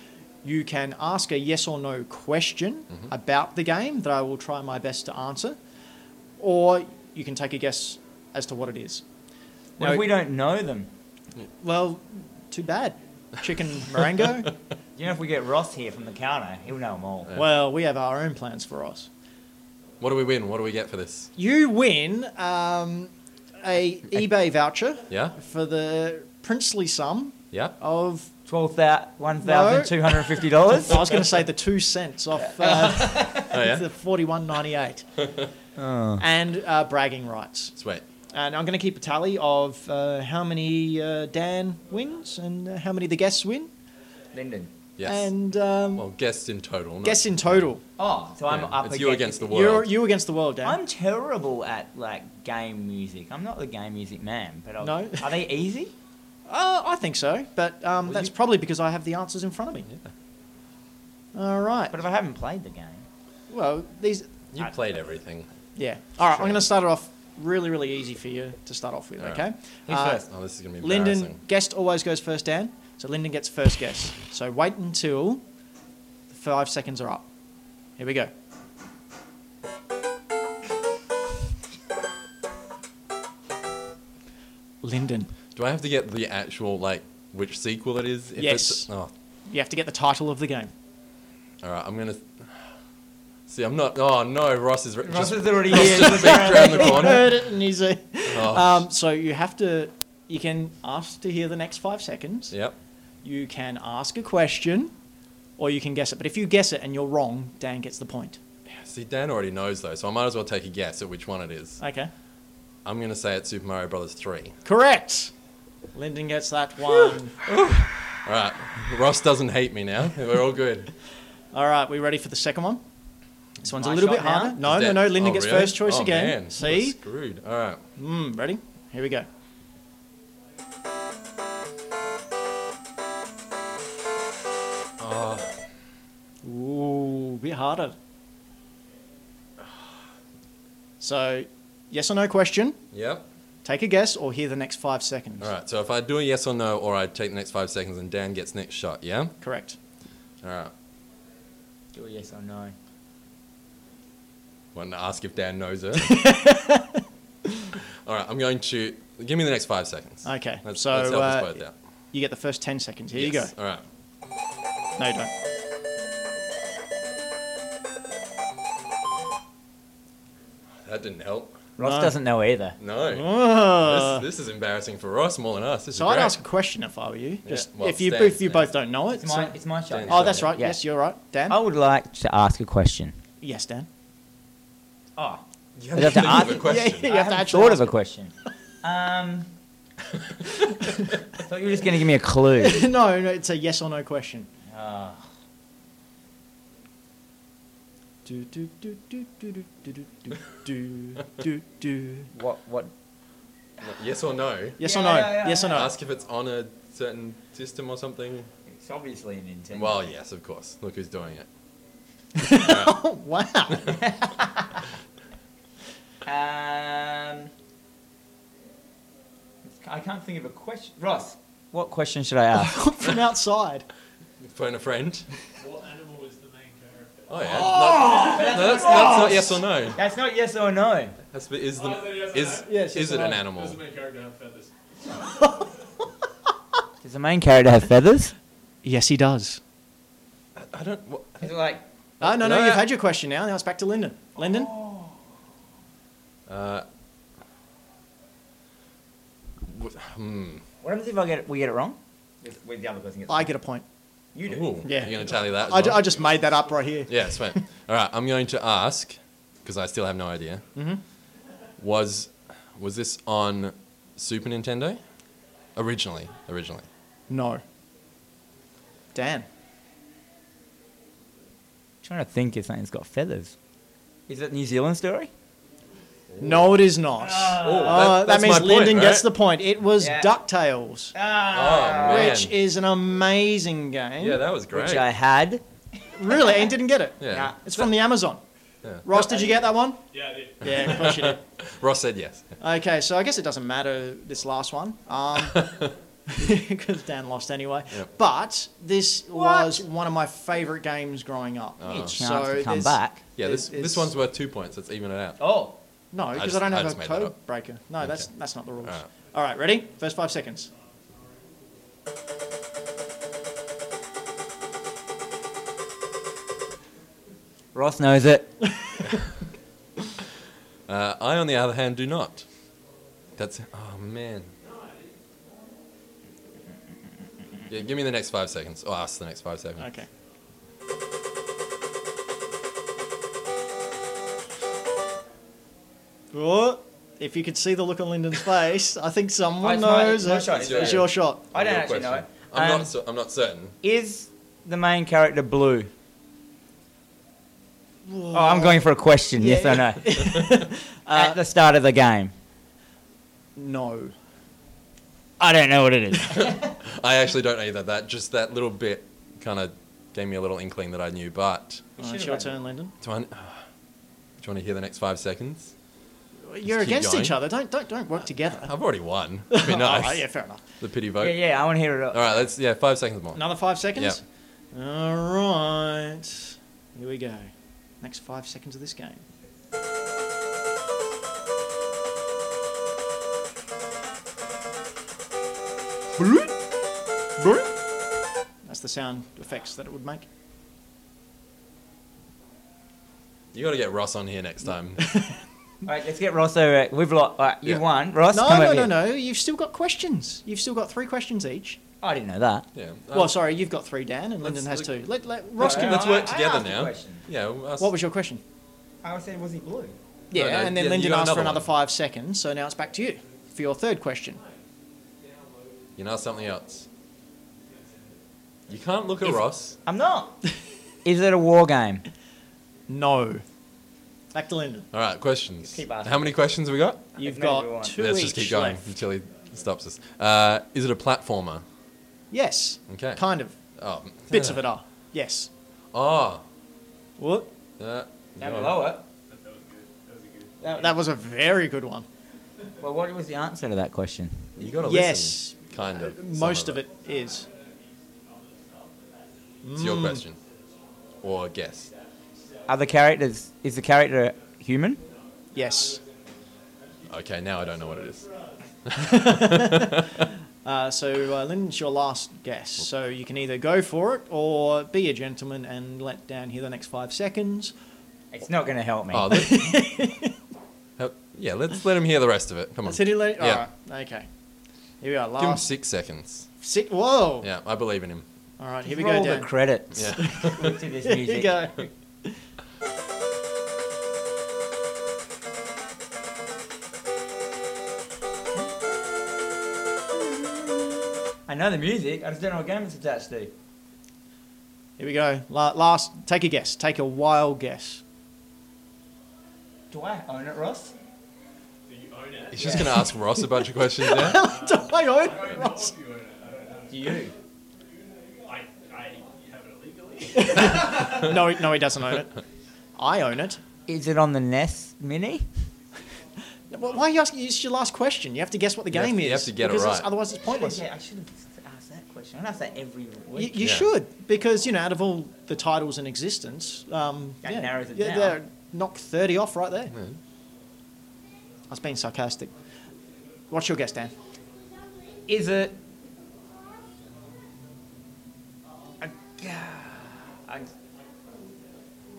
Speaker 1: You can ask a yes or no question about the game that I will try my best to answer, or you can take a guess as to what it is.
Speaker 2: what if we don't know them?
Speaker 1: Well, too bad. Chicken Marengo?
Speaker 2: You know, if we get Ross here from the counter, he'll know them all.
Speaker 3: Yeah.
Speaker 1: well, we have our own plans for us.
Speaker 3: What do we win? What do we get for this?
Speaker 1: You win um, a eBay voucher
Speaker 3: Yeah.
Speaker 1: for the princely sum
Speaker 3: Yeah.
Speaker 1: of
Speaker 2: Twelve thousand one thousand two hundred and fifty dollars.
Speaker 1: I was going to say the two cents off uh,
Speaker 3: Oh yeah. Oh.
Speaker 1: the forty-one ninety-eight, and uh, bragging rights.
Speaker 3: Sweet.
Speaker 1: And I'm going to keep a tally of uh, how many uh, Dan wins and uh, how many the guests win,
Speaker 2: Linden.
Speaker 3: Yes.
Speaker 1: and um,
Speaker 3: well, guests in total. not-
Speaker 1: guests in total.
Speaker 2: Oh, so I'm
Speaker 3: Yeah,
Speaker 2: up
Speaker 3: It's you against the world.
Speaker 1: You're you against the world, Dan.
Speaker 2: I'm terrible at like game music. I'm not the game music man, but I'll,
Speaker 1: No.
Speaker 2: are they easy?
Speaker 1: Uh, I think so, but um,
Speaker 2: Well,
Speaker 1: that's
Speaker 2: you-
Speaker 1: probably because I have the answers in front of me. All right.
Speaker 2: But uh, if I haven't played the game,
Speaker 1: Well, these.
Speaker 3: You played everything.
Speaker 1: Yeah. All right. I'm
Speaker 3: Sure.
Speaker 1: going to start it off really, really easy for you to start off with.
Speaker 3: All right.
Speaker 1: okay.
Speaker 2: Who's
Speaker 1: Uh,
Speaker 2: first?
Speaker 3: Oh, this is gonna be embarrassing.
Speaker 1: Lyndon guest always goes first, Dan. So Lyndon gets first guess. So wait until the five seconds are up. Here we go. Lyndon.
Speaker 3: Do I have to get the actual like which sequel it is? If
Speaker 1: Yes.
Speaker 3: It's, oh,
Speaker 1: You have to get the title of the game.
Speaker 3: all right. I'm gonna. See, I'm not. Oh no, Ross is. re-
Speaker 2: Ross
Speaker 3: just,
Speaker 2: is already
Speaker 3: Ross
Speaker 2: here.
Speaker 3: just peeked around the
Speaker 1: He
Speaker 3: corner.
Speaker 1: heard it and he's a,
Speaker 3: Oh.
Speaker 1: um, so you have to you can ask to hear the next five seconds.
Speaker 3: Yep.
Speaker 1: You can ask a question or you can guess it. But if you guess it and you're wrong, Dan gets the point.
Speaker 3: See, Dan already knows though, so I might as well take a guess at which one it is.
Speaker 1: Okay.
Speaker 3: I'm gonna say it's Super Mario Brothers three.
Speaker 1: Correct. Lyndon gets that one.
Speaker 3: All right. Ross doesn't hate me now. We're all good.
Speaker 1: All right, we ready for the second one? This one's a
Speaker 2: My
Speaker 1: little bit
Speaker 2: shot now?
Speaker 1: harder. No,
Speaker 3: Is
Speaker 1: no,
Speaker 3: that-
Speaker 1: no. Lyndon
Speaker 3: oh,
Speaker 1: gets
Speaker 3: really?
Speaker 1: first choice
Speaker 3: Oh,
Speaker 1: again.
Speaker 3: Man. We're
Speaker 1: See?
Speaker 3: screwed. All right.
Speaker 1: Mm, ready? Here we go.
Speaker 3: Oh,
Speaker 1: Ooh, bit harder. So, yes or no question.
Speaker 3: yep.
Speaker 1: Take a guess or hear the next five seconds.
Speaker 3: All right. So if I do a yes or no, or I take the next five seconds, and Dan gets next shot. Yeah.
Speaker 1: Correct.
Speaker 3: All right.
Speaker 2: do a yes or no.
Speaker 3: Want to ask if Dan knows her? All right, I'm going to give me the next five seconds.
Speaker 1: Okay,
Speaker 3: Let's,
Speaker 1: so,
Speaker 3: let's help us
Speaker 1: uh,
Speaker 3: both out.
Speaker 1: You get the first 10 seconds. Here
Speaker 3: Yes,
Speaker 1: you
Speaker 3: All right.
Speaker 1: go. No, you don't.
Speaker 3: That didn't help.
Speaker 2: Ross
Speaker 1: No.
Speaker 2: doesn't know either.
Speaker 3: No.
Speaker 1: Oh.
Speaker 3: this, this is embarrassing for Ross more than us. This
Speaker 1: so
Speaker 3: is
Speaker 1: I'd
Speaker 3: great.
Speaker 1: ask a question if I were you. Just
Speaker 3: well,
Speaker 1: if you
Speaker 3: Stan,
Speaker 1: if you
Speaker 3: yeah.
Speaker 1: both don't know it.
Speaker 2: It's my,
Speaker 1: so-
Speaker 2: it's my show.
Speaker 3: Dan.
Speaker 1: oh, that's right.
Speaker 2: Yeah. Oh.
Speaker 1: Yes, you're right, Dan.
Speaker 2: I would like to ask a question.
Speaker 1: Yes, Dan.
Speaker 2: Oh,
Speaker 3: You
Speaker 2: I'd have to
Speaker 3: think of
Speaker 2: ask-
Speaker 3: a question.
Speaker 1: Yeah, yeah. You have to
Speaker 2: I haven't
Speaker 1: actually
Speaker 2: thought
Speaker 1: ask
Speaker 2: of a question. um, I thought you were just going to give me a clue. Ah,
Speaker 1: no, no, it's a yes or no question.
Speaker 2: Oh.
Speaker 1: Do, do, do, do, do, do, do, do, do, do, do. What? What?
Speaker 3: Yes or no?
Speaker 1: Yes
Speaker 2: Yeah,
Speaker 1: or no?
Speaker 2: yeah, yeah,
Speaker 1: Yes or no?
Speaker 3: Ask if it's on a certain system or something.
Speaker 2: It's obviously a Nintendo.
Speaker 3: Well, yes, of course. Look who's doing it. Yeah.
Speaker 1: Oh, wow.
Speaker 2: Um, I can't think of a question. Ross, what question should I ask?
Speaker 1: From outside.
Speaker 3: Phone a friend.
Speaker 4: What animal is the main character?
Speaker 3: Oh yeah. Not- no, that's, that's not yes or no.
Speaker 2: That's not yes or no.
Speaker 3: That's the- is the
Speaker 4: Oh, is it yes or
Speaker 3: is
Speaker 1: Yes,
Speaker 4: no?
Speaker 1: yes
Speaker 3: is
Speaker 1: or
Speaker 3: it an
Speaker 1: no.
Speaker 4: Does
Speaker 3: animal?
Speaker 4: the main character have feathers?
Speaker 2: Does the main character have feathers?
Speaker 1: Yes, he does.
Speaker 3: I don't. What,
Speaker 2: Is it like
Speaker 1: Oh, no, no,
Speaker 3: No.
Speaker 1: you've had your question now. Now it's back to Lyndon. Lyndon?
Speaker 2: Oh.
Speaker 3: uh, what- hmm.
Speaker 2: what happens if I get it, we get it wrong? If we- the other person gets.
Speaker 1: I get a point.
Speaker 2: you do.
Speaker 3: Ooh,
Speaker 1: Yeah.
Speaker 3: You're gonna tally that? as
Speaker 1: I, ju-
Speaker 3: well?
Speaker 1: I just made that up right here.
Speaker 3: Yeah, sweet. All right, I'm going to ask because I still have no idea.
Speaker 1: Mhm.
Speaker 3: Was was this on Super Nintendo originally? Originally,
Speaker 1: No. Dan.
Speaker 2: trying to think if something's got feathers. Is it New Zealand story?
Speaker 1: No, it is not.
Speaker 3: Oh,
Speaker 1: Uh,
Speaker 3: that- that's
Speaker 1: that means
Speaker 3: my point,
Speaker 1: Lyndon gets the
Speaker 3: right? Oh,
Speaker 1: point. It was
Speaker 2: Yeah.
Speaker 1: DuckTales,
Speaker 2: Ah,
Speaker 3: man.
Speaker 1: which is an amazing game.
Speaker 3: yeah, that was great.
Speaker 2: which I had.
Speaker 1: Really, and didn't get it.
Speaker 3: Yeah.
Speaker 2: Nah.
Speaker 1: It's from the Amazon.
Speaker 3: Yeah.
Speaker 1: Ross, did you get that one?
Speaker 4: Yeah, I did.
Speaker 1: Yeah, of course you did.
Speaker 3: Ross said yes.
Speaker 1: Okay, so I guess it doesn't matter this last one, because Dan lost anyway.
Speaker 3: Yep.
Speaker 1: But this was one of my favourite games growing up.
Speaker 3: Oh.
Speaker 2: Any chance
Speaker 1: So
Speaker 2: to come
Speaker 1: there's-
Speaker 2: back?
Speaker 3: Yeah, this
Speaker 1: It-
Speaker 3: this
Speaker 1: it's-
Speaker 3: one's worth two points. Let's even it out.
Speaker 2: Oh,
Speaker 1: No, because
Speaker 3: just-
Speaker 1: I, don't
Speaker 3: I
Speaker 1: have
Speaker 3: just
Speaker 1: a
Speaker 3: made that
Speaker 1: code
Speaker 3: up.
Speaker 1: breaker. No, that's that's not the rules.
Speaker 3: Alright.
Speaker 1: All right, ready? First five seconds.
Speaker 2: Ross knows it.
Speaker 3: Uh, I, on the other hand, do not. That's oh man. Yeah, give me the next five seconds. Or ask the next five seconds.
Speaker 1: Okay. Oh, if you could see the look on Lyndon's face, I think someone
Speaker 2: Oh, It's my-
Speaker 1: knows
Speaker 2: my
Speaker 1: it.
Speaker 2: shot,
Speaker 1: It's
Speaker 3: it's your-
Speaker 1: your shot.
Speaker 2: I don't
Speaker 3: Real
Speaker 2: actually know it.
Speaker 3: question. I'm
Speaker 2: Um,
Speaker 3: not. So, I'm not certain.
Speaker 2: Is the main character blue? Oh, I'm going for a question.
Speaker 1: Yeah,
Speaker 2: yes or no? At the start of the game,
Speaker 1: No.
Speaker 2: I don't know what it is.
Speaker 3: I actually don't know either. That just that little bit kind of gave me a little inkling that I knew. But
Speaker 1: All right,
Speaker 2: should've
Speaker 1: it's your
Speaker 2: made
Speaker 1: turn, Lyndon.
Speaker 3: do I? ah, Do you want to hear the next five seconds?
Speaker 1: You're
Speaker 3: keep
Speaker 1: against
Speaker 3: going.
Speaker 1: each other. Don't don't don't work together.
Speaker 3: I've already won. It'd be
Speaker 1: Oh,
Speaker 3: nice.
Speaker 1: yeah, fair enough.
Speaker 3: The pity vote.
Speaker 2: Yeah, yeah. I want to hear it.
Speaker 3: All right, let's yeah, five seconds more.
Speaker 1: Another five seconds. All right. Here we go. Next five seconds of this game. That's the sound effects that it would make.
Speaker 3: You got to get Ross on here next time.
Speaker 2: All right, let's get Ross over. it. We've lost. All right, you
Speaker 3: Yeah.
Speaker 2: won. Ross,
Speaker 1: No,
Speaker 2: come
Speaker 1: no,
Speaker 2: over
Speaker 1: no,
Speaker 2: here.
Speaker 1: no. You've still got questions. You've still got three questions each.
Speaker 2: I didn't know that.
Speaker 3: yeah.
Speaker 1: well, sorry, you've got three, Dan, and
Speaker 3: Um, let's
Speaker 1: Lyndon has
Speaker 3: look-
Speaker 1: two. Let, let Ross
Speaker 2: No,
Speaker 1: can.
Speaker 2: no,
Speaker 3: let's work
Speaker 2: I- I
Speaker 3: together
Speaker 2: asked a
Speaker 3: now.
Speaker 2: question.
Speaker 3: Yeah. well, ask-
Speaker 1: What was your question?
Speaker 2: I was saying, was he blue?
Speaker 1: Yeah,
Speaker 3: No, no,
Speaker 1: and then
Speaker 3: yeah, you
Speaker 1: Lyndon
Speaker 3: got
Speaker 1: asked for
Speaker 3: another
Speaker 1: another
Speaker 3: one.
Speaker 1: five seconds, so now it's back to you for your third question.
Speaker 3: You know something else. You can't look at Ross.
Speaker 2: I'm not. Is it a war game?
Speaker 1: No. Back to Lyndon.
Speaker 3: All right, questions.
Speaker 2: Keep asking.
Speaker 3: How many questions have we got?
Speaker 1: You've
Speaker 2: Maybe we
Speaker 1: got
Speaker 2: won't.
Speaker 1: two
Speaker 3: Let's
Speaker 1: each
Speaker 3: just keep going
Speaker 1: left.
Speaker 3: until he stops us. Uh, is it a platformer?
Speaker 1: Yes.
Speaker 3: Okay.
Speaker 1: Kind of.
Speaker 3: Oh,
Speaker 1: Bits of it are. Yes.
Speaker 3: Oh.
Speaker 1: What?
Speaker 3: Uh,
Speaker 2: Down
Speaker 3: no.
Speaker 2: below it.
Speaker 1: That, that was a very good one.
Speaker 2: Well, what was the answer to that question?
Speaker 3: You got to
Speaker 1: Yes. Uh,
Speaker 3: listen. Kind of. some
Speaker 1: Most of it is.
Speaker 3: It's your
Speaker 1: Mm.
Speaker 3: question. Or guess.
Speaker 2: Are the characters? Is the character human?
Speaker 1: Yes.
Speaker 3: Okay, now I don't know what it is.
Speaker 1: Uh, so, uh, Lyndon's your last guess. So, you can either go for it or be a gentleman and let down here the next five seconds.
Speaker 2: It's not going to help me.
Speaker 3: Oh, let- Uh, yeah, let's let him hear the rest of it. Come on.
Speaker 1: That's it, Lyndon?
Speaker 3: Yeah.
Speaker 1: Alright, okay. Here we are.
Speaker 3: Give him
Speaker 1: Last.
Speaker 3: six seconds.
Speaker 1: Six. Whoa.
Speaker 3: Yeah, I believe in him.
Speaker 1: All right, here
Speaker 2: Just
Speaker 1: we go,
Speaker 2: roll
Speaker 1: Dan.
Speaker 2: the credits.
Speaker 3: Yeah.
Speaker 2: to this
Speaker 1: Here you
Speaker 2: music.
Speaker 1: go.
Speaker 2: I know the music. I just don't know what game it's attached to.
Speaker 1: Here we go. La- last, take a guess. Take a wild guess.
Speaker 2: Do I own it, Ross?
Speaker 4: Do you own it?
Speaker 3: He's just going to ask Ross a bunch of questions there.
Speaker 1: Do I own
Speaker 4: I
Speaker 1: it,
Speaker 4: don't know
Speaker 1: Ross?
Speaker 4: if you own it. I don't know.
Speaker 2: Do you?
Speaker 4: I, I have it illegally.
Speaker 1: No, he- no, he doesn't own it. I own it.
Speaker 2: Is it on the NES Mini?
Speaker 1: Well, Why are you asking? It's your last question. You have to guess what the
Speaker 3: You have
Speaker 1: game
Speaker 3: to-
Speaker 1: is.
Speaker 3: you have to get it
Speaker 1: because it's-
Speaker 3: right.
Speaker 1: Otherwise, it's pointless.
Speaker 2: Yeah, I should have asked that question. I ask that every
Speaker 1: You,
Speaker 2: week.
Speaker 1: you
Speaker 3: Yeah.
Speaker 1: should, because you know, out of all the titles in existence, um,
Speaker 2: That
Speaker 1: yeah,
Speaker 2: narrows it
Speaker 1: yeah,
Speaker 2: down.
Speaker 1: they're- knock thirty off right there.
Speaker 3: Yeah.
Speaker 1: I was being sarcastic. What's your guess, Dan?
Speaker 2: Is it? I- I-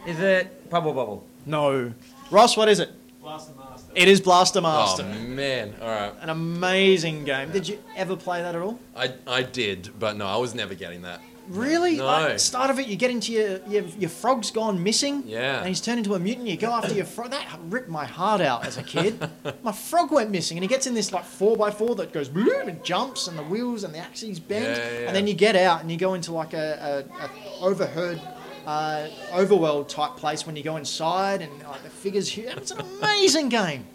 Speaker 2: Is it Bubble Bubble?
Speaker 1: No, Ross. What is it?
Speaker 4: Blast and Master.
Speaker 1: It is Blaster
Speaker 3: Oh
Speaker 1: Master.
Speaker 3: man! All right,
Speaker 1: An amazing game. Did you ever play that at all?
Speaker 3: I I did, but no, I was never getting that.
Speaker 1: Really?
Speaker 3: No.
Speaker 1: Like, at the start of it, you get into your, your your frog's gone missing.
Speaker 3: Yeah.
Speaker 1: And he's turned into a mutant. You go after your frog. That ripped my heart out as a kid. my frog went missing, and he gets in this like four by four that goes bloom and jumps, and the wheels and the axes bend.
Speaker 3: Yeah, yeah,
Speaker 1: And then
Speaker 3: yeah.
Speaker 1: you get out, and you go into like a, a, a overheard. Uh, overworld type place when you go inside and like the figures here. It's an amazing game,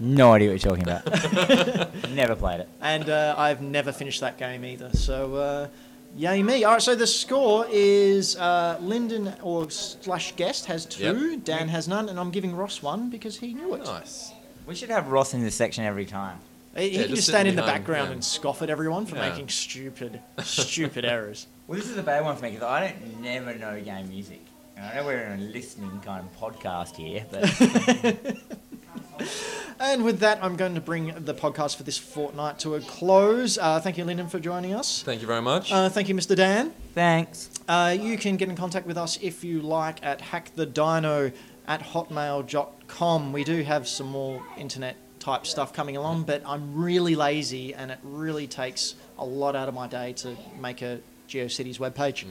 Speaker 2: No idea what you're talking about. Never played it.
Speaker 1: and uh, I've never finished that game either. So, uh, yay me! All right, so the score is uh, Lyndon or slash guest has two, Dan has none, and I'm giving Ross one because he knew it.
Speaker 3: Nice.
Speaker 2: We should have Ross in this section every time.
Speaker 1: He, he
Speaker 3: Oh, Yeah,
Speaker 1: can
Speaker 3: just
Speaker 1: just stand
Speaker 3: sitting
Speaker 1: in the
Speaker 3: behind,
Speaker 1: background
Speaker 3: yeah.
Speaker 1: and scoff at everyone for
Speaker 3: Yeah.
Speaker 1: making stupid, stupid errors.
Speaker 2: Well, this is a bad one for me because I don't never know game music. And I know we're in a listening kind of podcast here, but
Speaker 1: And with that, I'm going to bring the podcast for this fortnight to a close. Uh, thank you, Lyndon, for joining us.
Speaker 3: Thank you very much.
Speaker 1: Uh, thank you, Mr. Dan.
Speaker 2: thanks.
Speaker 1: Uh, you can get in contact with us if you like at hackthedino at hotmail.com. We do have some more internet type stuff coming along, but I'm really lazy and it really takes a lot out of my day to make a GeoCities webpage.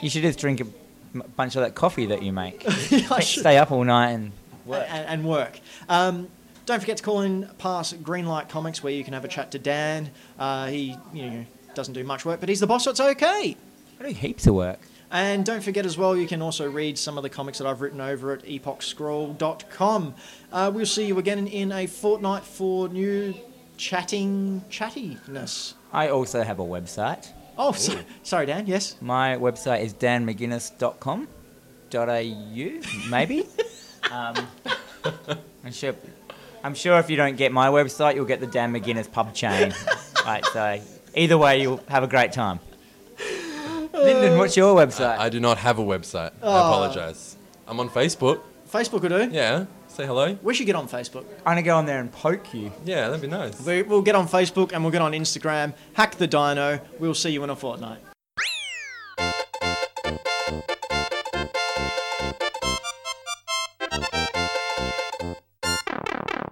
Speaker 2: You should just drink a m- bunch of that coffee that you make.
Speaker 1: I should-
Speaker 2: Stay up all night and work.
Speaker 1: and, and work. Um, don't forget to call in past Greenlight Comics where you can have a chat to Dan. Uh, he you know, doesn't do much work, but he's the boss, so it's okay.
Speaker 2: I do heaps of work.
Speaker 1: And don't forget as well, you can also read some of the comics that I've written over at epochscroll.com. Uh, we'll see you again in a fortnight for new chatting chattiness.
Speaker 2: I also have a website.
Speaker 1: Oh, so, sorry, Dan. Yes.
Speaker 2: My website is danmcguinness.com.au, maybe. um, I'm, sure, I'm sure if you don't get my website, you'll get the Dan McGuinness pub chain. right, so either way, you'll have a great time. Lyndon, what's your website?
Speaker 3: I do not have a website.
Speaker 1: Oh.
Speaker 3: I apologize. I'm on Facebook.
Speaker 1: Facebook will do.
Speaker 3: Yeah. Say hello.
Speaker 1: We should get on Facebook.
Speaker 2: I'm going to go on there and poke you.
Speaker 3: Yeah, that'd be nice.
Speaker 1: We, we'll get on Facebook and we'll get on Instagram. Hack the Dino. We'll see you in a fortnight.